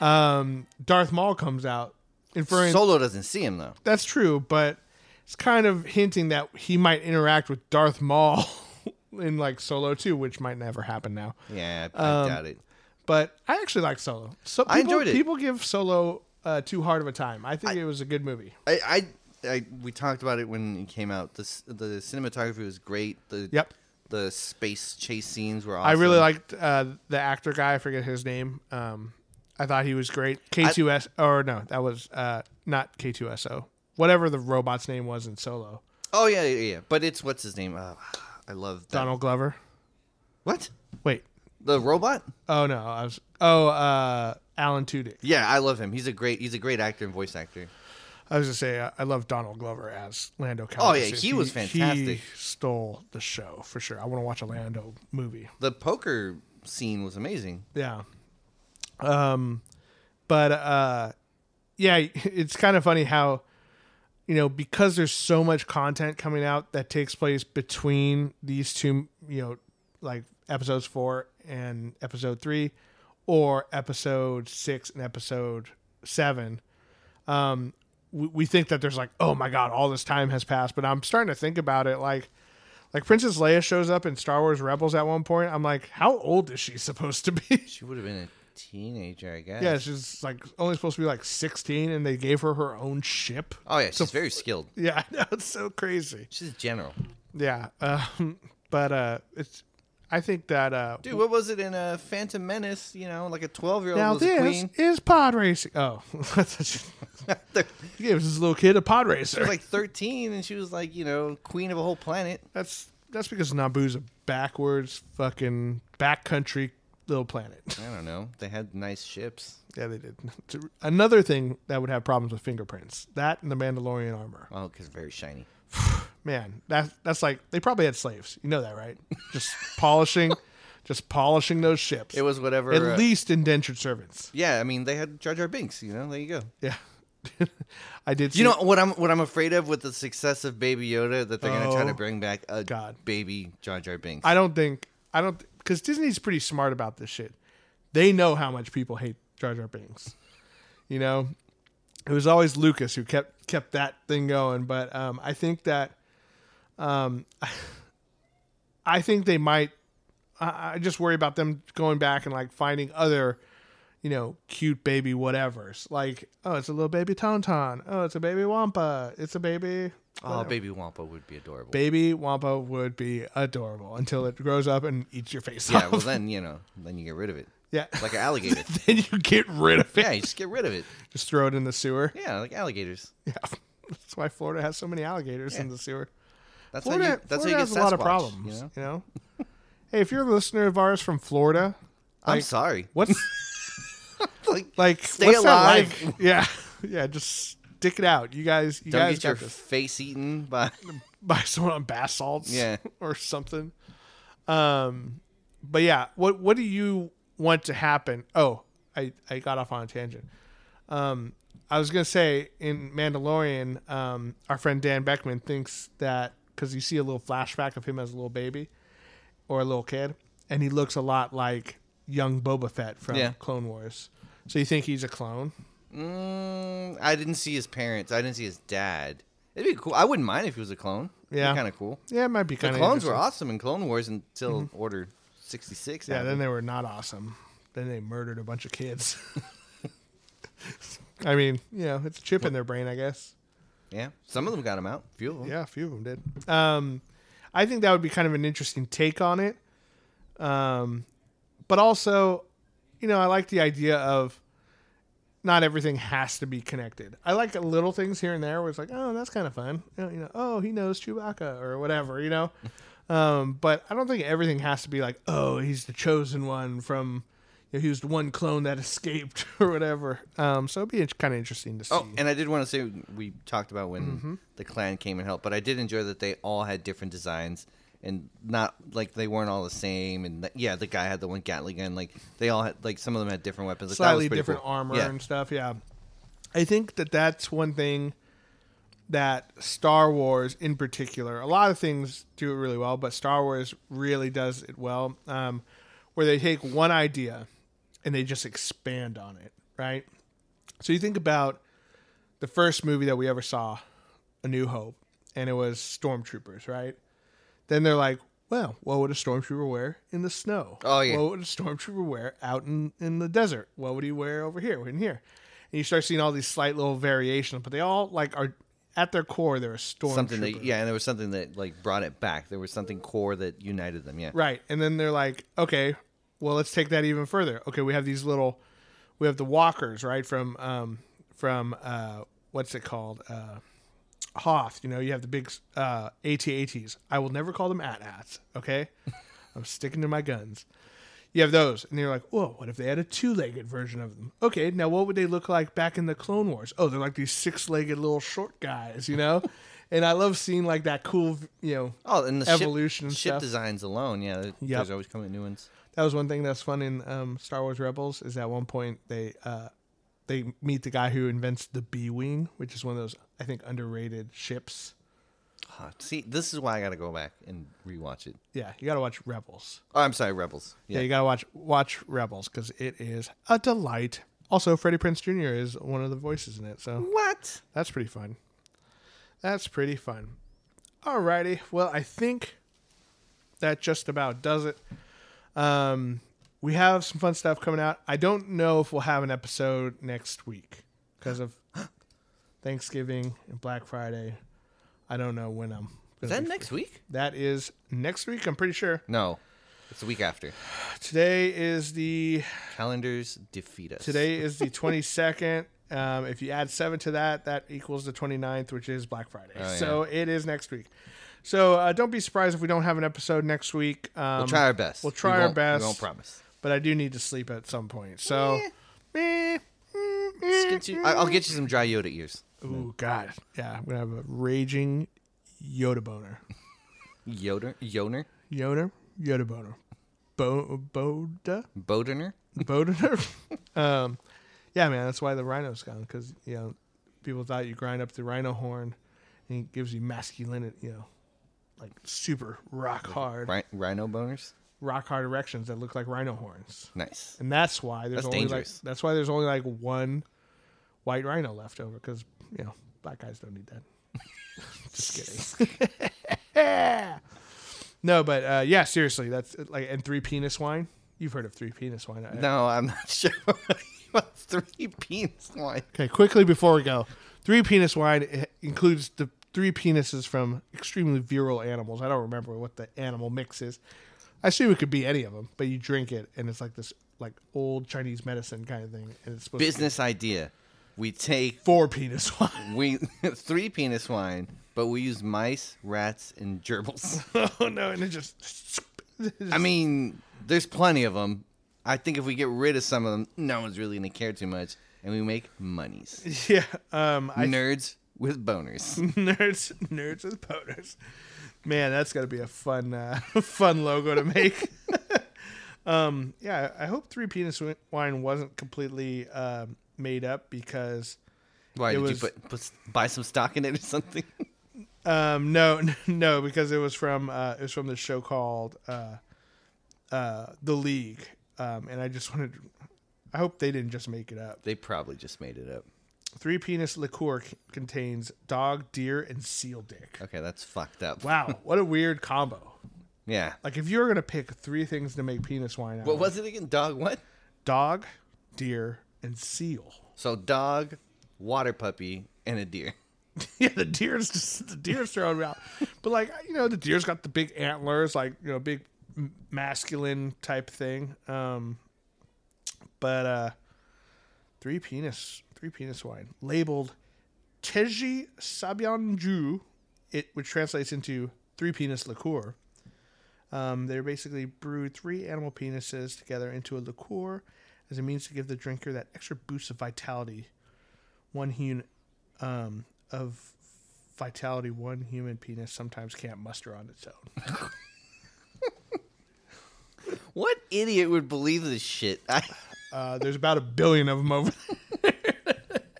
[SPEAKER 1] um, Darth Maul comes out, inferring
[SPEAKER 2] Solo doesn't see him though.
[SPEAKER 1] that's true, but it's kind of hinting that he might interact with Darth Maul in like Solo 2, which might never happen now.
[SPEAKER 2] Yeah, I,
[SPEAKER 1] Um,
[SPEAKER 2] I doubt it.
[SPEAKER 1] But I actually like Solo. So people,
[SPEAKER 2] I enjoyed it.
[SPEAKER 1] People give Solo uh, too hard of a time. I think it was a good movie.
[SPEAKER 2] I, I I we talked about it when it came out. The s- the cinematography was great. The
[SPEAKER 1] Yep.
[SPEAKER 2] The space chase scenes were awesome.
[SPEAKER 1] I really liked uh, the actor guy. I forget his name. Um, I thought he was great. K2S, or no, that was uh, not K2SO. Whatever the robot's name was in Solo.
[SPEAKER 2] Oh yeah, yeah, yeah. But it's what's his name? Uh, I love that.
[SPEAKER 1] Donald Glover.
[SPEAKER 2] What?
[SPEAKER 1] Wait.
[SPEAKER 2] The robot?
[SPEAKER 1] Oh, no. I was. Oh, uh, Alan Tudyk.
[SPEAKER 2] Yeah, I love him. He's a great. He's a great actor and voice actor.
[SPEAKER 1] I was going to say, uh, I, I love Donald Glover as Lando Calrissian.
[SPEAKER 2] Oh, yeah, he was fantastic.
[SPEAKER 1] He stole the show for sure. I want to watch a Lando movie.
[SPEAKER 2] The poker scene was amazing.
[SPEAKER 1] Yeah. Um, but uh, yeah, it's kind of funny how you know, because there's so much content coming out that takes place between these two, you know, like episodes four and episode three, or episode six and episode seven, um, we, we think that there's like, oh my god, all this time has passed. But I'm starting to think about it like, like Princess Leia shows up in Star Wars Rebels at one point. I'm like, how old is she supposed to be?
[SPEAKER 2] She would have been a teenager, I guess.
[SPEAKER 1] yeah, she's like only supposed to be like 16, and they gave her her own ship.
[SPEAKER 2] Oh yeah, she's very skilled.
[SPEAKER 1] Yeah, I know it's so crazy.
[SPEAKER 2] She's a general.
[SPEAKER 1] Yeah, um, but uh, it's. I think that uh,
[SPEAKER 2] Dude, what was it in a Phantom Menace? You know, like a twelve-year-old
[SPEAKER 1] now
[SPEAKER 2] was a
[SPEAKER 1] this
[SPEAKER 2] queen.
[SPEAKER 1] is pod racing. Oh, you gave this little kid a pod racer.
[SPEAKER 2] Like thirteen, and she was like, you know, queen of a whole planet.
[SPEAKER 1] that's that's because Naboo's a backwards fucking backcountry little planet.
[SPEAKER 2] I don't know. They had nice ships.
[SPEAKER 1] Yeah, they did. Another thing that would have problems with fingerprints. That and the Mandalorian armor.
[SPEAKER 2] Oh, because very shiny.
[SPEAKER 1] man, that that's like they probably had slaves. You know that, right? Just polishing, just polishing those ships.
[SPEAKER 2] It was whatever.
[SPEAKER 1] at
[SPEAKER 2] uh,
[SPEAKER 1] least indentured servants.
[SPEAKER 2] yeah, I mean, they had Jar Jar Binks. You know, there you go.
[SPEAKER 1] Yeah, I did. See,
[SPEAKER 2] You know what I'm what I'm afraid of with the success of Baby Yoda that they're gonna try
[SPEAKER 1] Oh,
[SPEAKER 2] to bring back a
[SPEAKER 1] God.
[SPEAKER 2] baby Jar Jar Binks.
[SPEAKER 1] I don't think I don't because Disney's pretty smart about this shit. They know how much people hate Jar Jar Binks. You know, it was always Lucas who kept kept that thing going. But um, I think that, um, I think they might. I, I just worry about them going back and like finding other, you know, cute baby whatevers. Like, oh, it's a little baby tauntaun. Oh, it's a baby wampa. It's a baby.
[SPEAKER 2] oh, Baby Wampa would be adorable.
[SPEAKER 1] Baby Wampa would be adorable until it grows up and eats your face
[SPEAKER 2] yeah,
[SPEAKER 1] off.
[SPEAKER 2] well then you know, then you get rid of it
[SPEAKER 1] yeah.
[SPEAKER 2] like an alligator.
[SPEAKER 1] then you get rid of it.
[SPEAKER 2] yeah, you just get rid of it.
[SPEAKER 1] Just throw it in the sewer.
[SPEAKER 2] Yeah, like alligators.
[SPEAKER 1] Yeah. That's why Florida has so many alligators in the sewer.
[SPEAKER 2] That's how you,
[SPEAKER 1] Florida,
[SPEAKER 2] that's
[SPEAKER 1] Florida
[SPEAKER 2] how you
[SPEAKER 1] has
[SPEAKER 2] get
[SPEAKER 1] a lot of
[SPEAKER 2] Sasquatch,
[SPEAKER 1] problems.
[SPEAKER 2] You know?
[SPEAKER 1] You know? hey, if you're a listener of ours from Florida,
[SPEAKER 2] I'm
[SPEAKER 1] Like-
[SPEAKER 2] sorry.
[SPEAKER 1] what's
[SPEAKER 2] Like,
[SPEAKER 1] like
[SPEAKER 2] Stay
[SPEAKER 1] what's that
[SPEAKER 2] alive.
[SPEAKER 1] like? Yeah. Yeah, just stick it out. You guys you
[SPEAKER 2] don't
[SPEAKER 1] guys
[SPEAKER 2] get your
[SPEAKER 1] got this.
[SPEAKER 2] face eaten by.
[SPEAKER 1] by someone on bath salts
[SPEAKER 2] Yeah.
[SPEAKER 1] or something. Um, but yeah, what what do you want to happen? Oh, I, I got off on a tangent. Um, I was gonna say in Mandalorian, um, our friend Dan Beckman thinks that because you see a little flashback of him as a little baby or a little kid, and he looks a lot like young Boba Fett from
[SPEAKER 2] Yeah.
[SPEAKER 1] Clone Wars. So you think he's a clone?
[SPEAKER 2] Mm, I didn't see his parents. I didn't see his dad. It'd be cool. I wouldn't mind if he was a clone.
[SPEAKER 1] Yeah.
[SPEAKER 2] kind of cool.
[SPEAKER 1] Yeah, it might be
[SPEAKER 2] The
[SPEAKER 1] kind of
[SPEAKER 2] clones were awesome in Clone Wars until Order sixty six.
[SPEAKER 1] Mm-hmm. Yeah, then they were not awesome. Then they murdered a bunch of kids. I mean, you know, it's a chip in their brain, I guess.
[SPEAKER 2] yeah. Some of them got him out. Few of them.
[SPEAKER 1] Yeah, a few of them did. Um, I think that would be kind of an interesting take on it. Um, but also, you know, I like the idea of not everything has to be connected. I like the little things here and there where it's like, oh, that's kind of fun. You know, you know, oh, he knows Chewbacca or whatever, you know. Um, but I don't think everything has to be like, oh, he's the chosen one from. You know, he was the one clone that escaped or whatever. Um, so it'd be kind of interesting to see.
[SPEAKER 2] Oh, and I did want to say we talked about when
[SPEAKER 1] Mm-hmm.
[SPEAKER 2] the clan came and helped, but I did enjoy that they all had different designs and not like they weren't all the same. And th- yeah, the guy had the one Gatling gun. Like they all had like some of them had different weapons. Like, that was
[SPEAKER 1] slightly
[SPEAKER 2] pretty
[SPEAKER 1] different
[SPEAKER 2] cool.
[SPEAKER 1] armor
[SPEAKER 2] Yeah.
[SPEAKER 1] and stuff. Yeah, I think that that's one thing that Star Wars, in particular, a lot of things do it really well, but Star Wars really does it well, um, where they take one idea and they just expand on it. Right. So you think about the first movie that we ever saw, A New Hope, and it was stormtroopers, right? Then they're like, well, what would a stormtrooper wear in the snow?
[SPEAKER 2] Oh, yeah.
[SPEAKER 1] What would a stormtrooper wear out in, in the desert? What would he wear over here, in here? And you start seeing all these slight little variations, but they all like are at their core they're a stormtrooper.
[SPEAKER 2] Something that yeah, and there was something that like brought it back. There was something core that united them. Yeah.
[SPEAKER 1] Right. And then they're like, okay, well, let's take that even further. Okay, we have these little, we have the walkers, right? From, um, from, uh, what's it called? Uh, Hoth, you know, you have the big, uh, AT-ATs. I will never call them at-ats. Okay. I'm sticking to my guns. You have those, and you're like, whoa, what if they had a two legged version of them? Okay, now what would they look like back in the Clone Wars? Oh, they're like these six legged little short guys, you know? and I love seeing like that cool, you know,
[SPEAKER 2] Oh, and the ship-
[SPEAKER 1] Evolution and
[SPEAKER 2] ship,
[SPEAKER 1] stuff.
[SPEAKER 2] designs alone. Yeah, there-
[SPEAKER 1] Yep.
[SPEAKER 2] there's always coming new ones.
[SPEAKER 1] That was one thing that's fun in um, Star Wars Rebels is at one point they uh, they meet the guy who invents the B wing, which is one of those I think underrated ships.
[SPEAKER 2] Ah, see, this is why I gotta go back and rewatch it.
[SPEAKER 1] Yeah, you got to watch Rebels.
[SPEAKER 2] Oh, I'm sorry, Rebels.
[SPEAKER 1] Yeah, you got to watch watch Rebels because it is a delight. Also, Freddie Prince Jr. is one of the voices in it, so
[SPEAKER 2] What?
[SPEAKER 1] that's pretty fun. That's pretty fun. Alrighty, well, I think that just about does it. Um, we have some fun stuff coming out. I don't know if we'll have an episode next week because of Thanksgiving and Black Friday. I don't know when I'm.
[SPEAKER 2] Is that next week?
[SPEAKER 1] That is next week. I'm pretty sure.
[SPEAKER 2] No, it's the week after.
[SPEAKER 1] Today is the
[SPEAKER 2] Calendars defeat us.
[SPEAKER 1] today is the 22nd. Um, if you add seven to that, that equals the 29th, which is Black Friday.
[SPEAKER 2] Oh, yeah.
[SPEAKER 1] So it is next week. So uh, don't be surprised if we don't have an episode next week. Um,
[SPEAKER 2] we'll try our best.
[SPEAKER 1] We'll try our
[SPEAKER 2] won't-
[SPEAKER 1] best.
[SPEAKER 2] We won't promise.
[SPEAKER 1] But I do need to sleep at some point. So, meh.
[SPEAKER 2] I- I'll get you some dry Yoda ears.
[SPEAKER 1] Ooh, God. Yeah, I'm going to have a raging Yoda boner.
[SPEAKER 2] Yoder, Yoner,
[SPEAKER 1] Yoda? Yoda boner. Bo- Boda?
[SPEAKER 2] Bodener.
[SPEAKER 1] Bodener. um, yeah, man, that's why the rhino's gone because you know people thought you grind up the rhino horn and it gives you masculinity, you know, like super rock hard,
[SPEAKER 2] Ri- Rhino boners.
[SPEAKER 1] rock hard erections that look like rhino horns,
[SPEAKER 2] Nice.
[SPEAKER 1] and that's why there's
[SPEAKER 2] That's
[SPEAKER 1] only
[SPEAKER 2] dangerous.
[SPEAKER 1] like that's why there's only like one white rhino left over because you know black guys don't need that. Just kidding. no, but uh, yeah, seriously, that's like and three penis wine. You've heard of three penis wine? I-
[SPEAKER 2] No, I'm not sure. what three penis wine?
[SPEAKER 1] Okay, quickly before we go, three penis wine i- includes the three penises from extremely virile animals. I don't remember what the animal mix is. I assume it could be any of them, but you drink it and it's like this like old Chinese medicine kind of thing, and it's supposed to
[SPEAKER 2] Business idea. We take
[SPEAKER 1] be four penis wine.
[SPEAKER 2] we three penis wine, but we use mice, rats, and gerbils.
[SPEAKER 1] oh no, and it just.
[SPEAKER 2] I mean, there's plenty of them. I think if we get rid of some of them, no one's really gonna care too much, and we make monies.
[SPEAKER 1] yeah, um, I
[SPEAKER 2] Nerds with boners.
[SPEAKER 1] nerds, nerds with boners. Man, that's got to be a fun, uh, fun logo to make. um, yeah, I hope three penis wi- wine wasn't completely um made up because
[SPEAKER 2] Why
[SPEAKER 1] It
[SPEAKER 2] did
[SPEAKER 1] was-
[SPEAKER 2] you put, put buy some stock in it or something?
[SPEAKER 1] um, no, no, because it was from uh, it was from this show called uh, uh, The League, um, and I just wanted. I hope they didn't just make it up.
[SPEAKER 2] they probably just made it up.
[SPEAKER 1] Three penis liqueur c- contains dog, deer, and seal dick.
[SPEAKER 2] Okay, that's fucked up.
[SPEAKER 1] Wow, what a weird combo!
[SPEAKER 2] Yeah.
[SPEAKER 1] Like if you were gonna pick three things to make penis wine out
[SPEAKER 2] What
[SPEAKER 1] of,
[SPEAKER 2] was it again? Dog what?
[SPEAKER 1] dog, deer, and seal.
[SPEAKER 2] So dog, water puppy, and a deer.
[SPEAKER 1] yeah, the deer's just the deer's thrown out. But like you know, the deer's got the big antlers, like you know, big m- masculine type thing. Um, but uh, three penis, three penis wine labeled Teji Sabionju, it which translates into three penis liqueur. Um, they're basically brewed three animal penises together into a liqueur as a means to give the drinker that extra boost of vitality. One human um, of vitality one human penis sometimes can't muster on its own.
[SPEAKER 2] What idiot would believe this shit? I,
[SPEAKER 1] Uh, there's about a billion of them over there.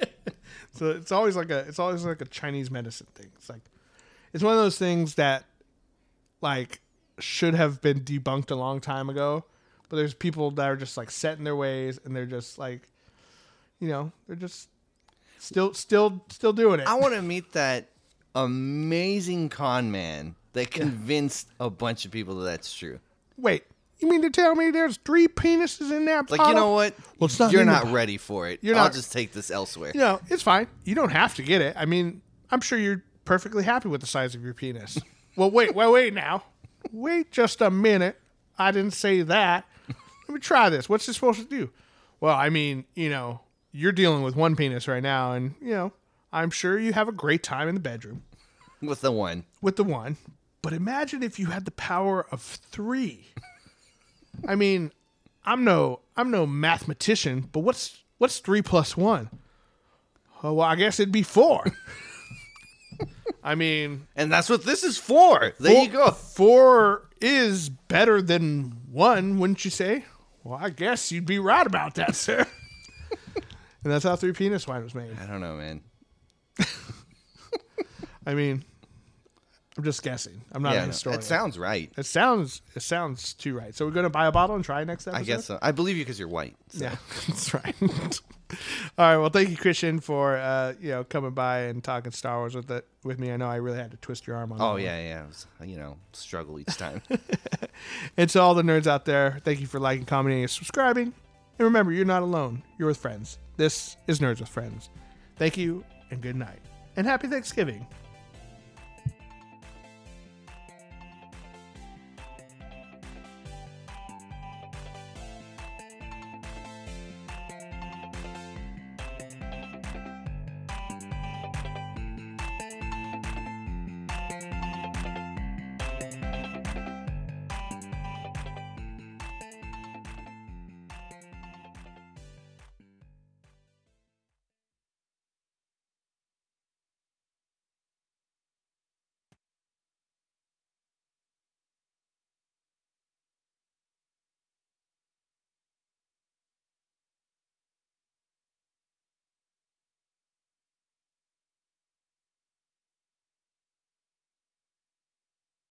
[SPEAKER 1] so it's always like a it's always like a Chinese medicine thing. It's like it's one of those things that like should have been debunked a long time ago, but there's people that are just like set in their ways and they're just like you know, they're just still still still doing it.
[SPEAKER 2] I want to meet that amazing con man that convinced a bunch of people that that's true.
[SPEAKER 1] Wait, you mean to tell me there's three penises in that
[SPEAKER 2] Like, you
[SPEAKER 1] bottle?
[SPEAKER 2] know what?
[SPEAKER 1] Well, it's not
[SPEAKER 2] You're
[SPEAKER 1] in the
[SPEAKER 2] not
[SPEAKER 1] bo-
[SPEAKER 2] ready for it.
[SPEAKER 1] You're
[SPEAKER 2] I'll
[SPEAKER 1] not-
[SPEAKER 2] just take this elsewhere.
[SPEAKER 1] you know, it's fine. You don't have to get it. I mean, I'm sure you're perfectly happy with the size of your penis. well, wait, wait, wait now. Wait just a minute. I didn't say that. Let me try this. What's this supposed to do? Well, I mean, you know, you're dealing with one penis right now, and, you know, I'm sure you have a great time in the bedroom
[SPEAKER 2] With the one.
[SPEAKER 1] with the one. But imagine if you had the power of three. I mean, I'm no I'm no mathematician, but what's what's three plus one? Oh well, I guess it'd be four. I mean,
[SPEAKER 2] And that's what this is for. There you
[SPEAKER 1] four-
[SPEAKER 2] go.
[SPEAKER 1] Four is better than one, wouldn't you say? Well, I guess you'd be right about that, sir. and that's how Three Penis Wine was made.
[SPEAKER 2] I don't know, man.
[SPEAKER 1] I mean, I'm just guessing. I'm not
[SPEAKER 2] yeah,
[SPEAKER 1] a
[SPEAKER 2] no,
[SPEAKER 1] historian.
[SPEAKER 2] it sounds right.
[SPEAKER 1] It sounds it sounds too right. So we're gonna buy a bottle and try next episode.
[SPEAKER 2] I guess so. I believe you because you're white. So.
[SPEAKER 1] Yeah, that's right. All right. Well, thank you, Christian, for uh, you know coming by and talking Star Wars with it with me. I know I really had to twist your arm on. that
[SPEAKER 2] Oh
[SPEAKER 1] one.
[SPEAKER 2] yeah, yeah. It was, you know, struggle each time.
[SPEAKER 1] And to all the nerds out there, thank you for liking, commenting, and subscribing. And remember, you're not alone. You're with friends. This is Nerds with Friends. Thank you and good night. And happy Thanksgiving.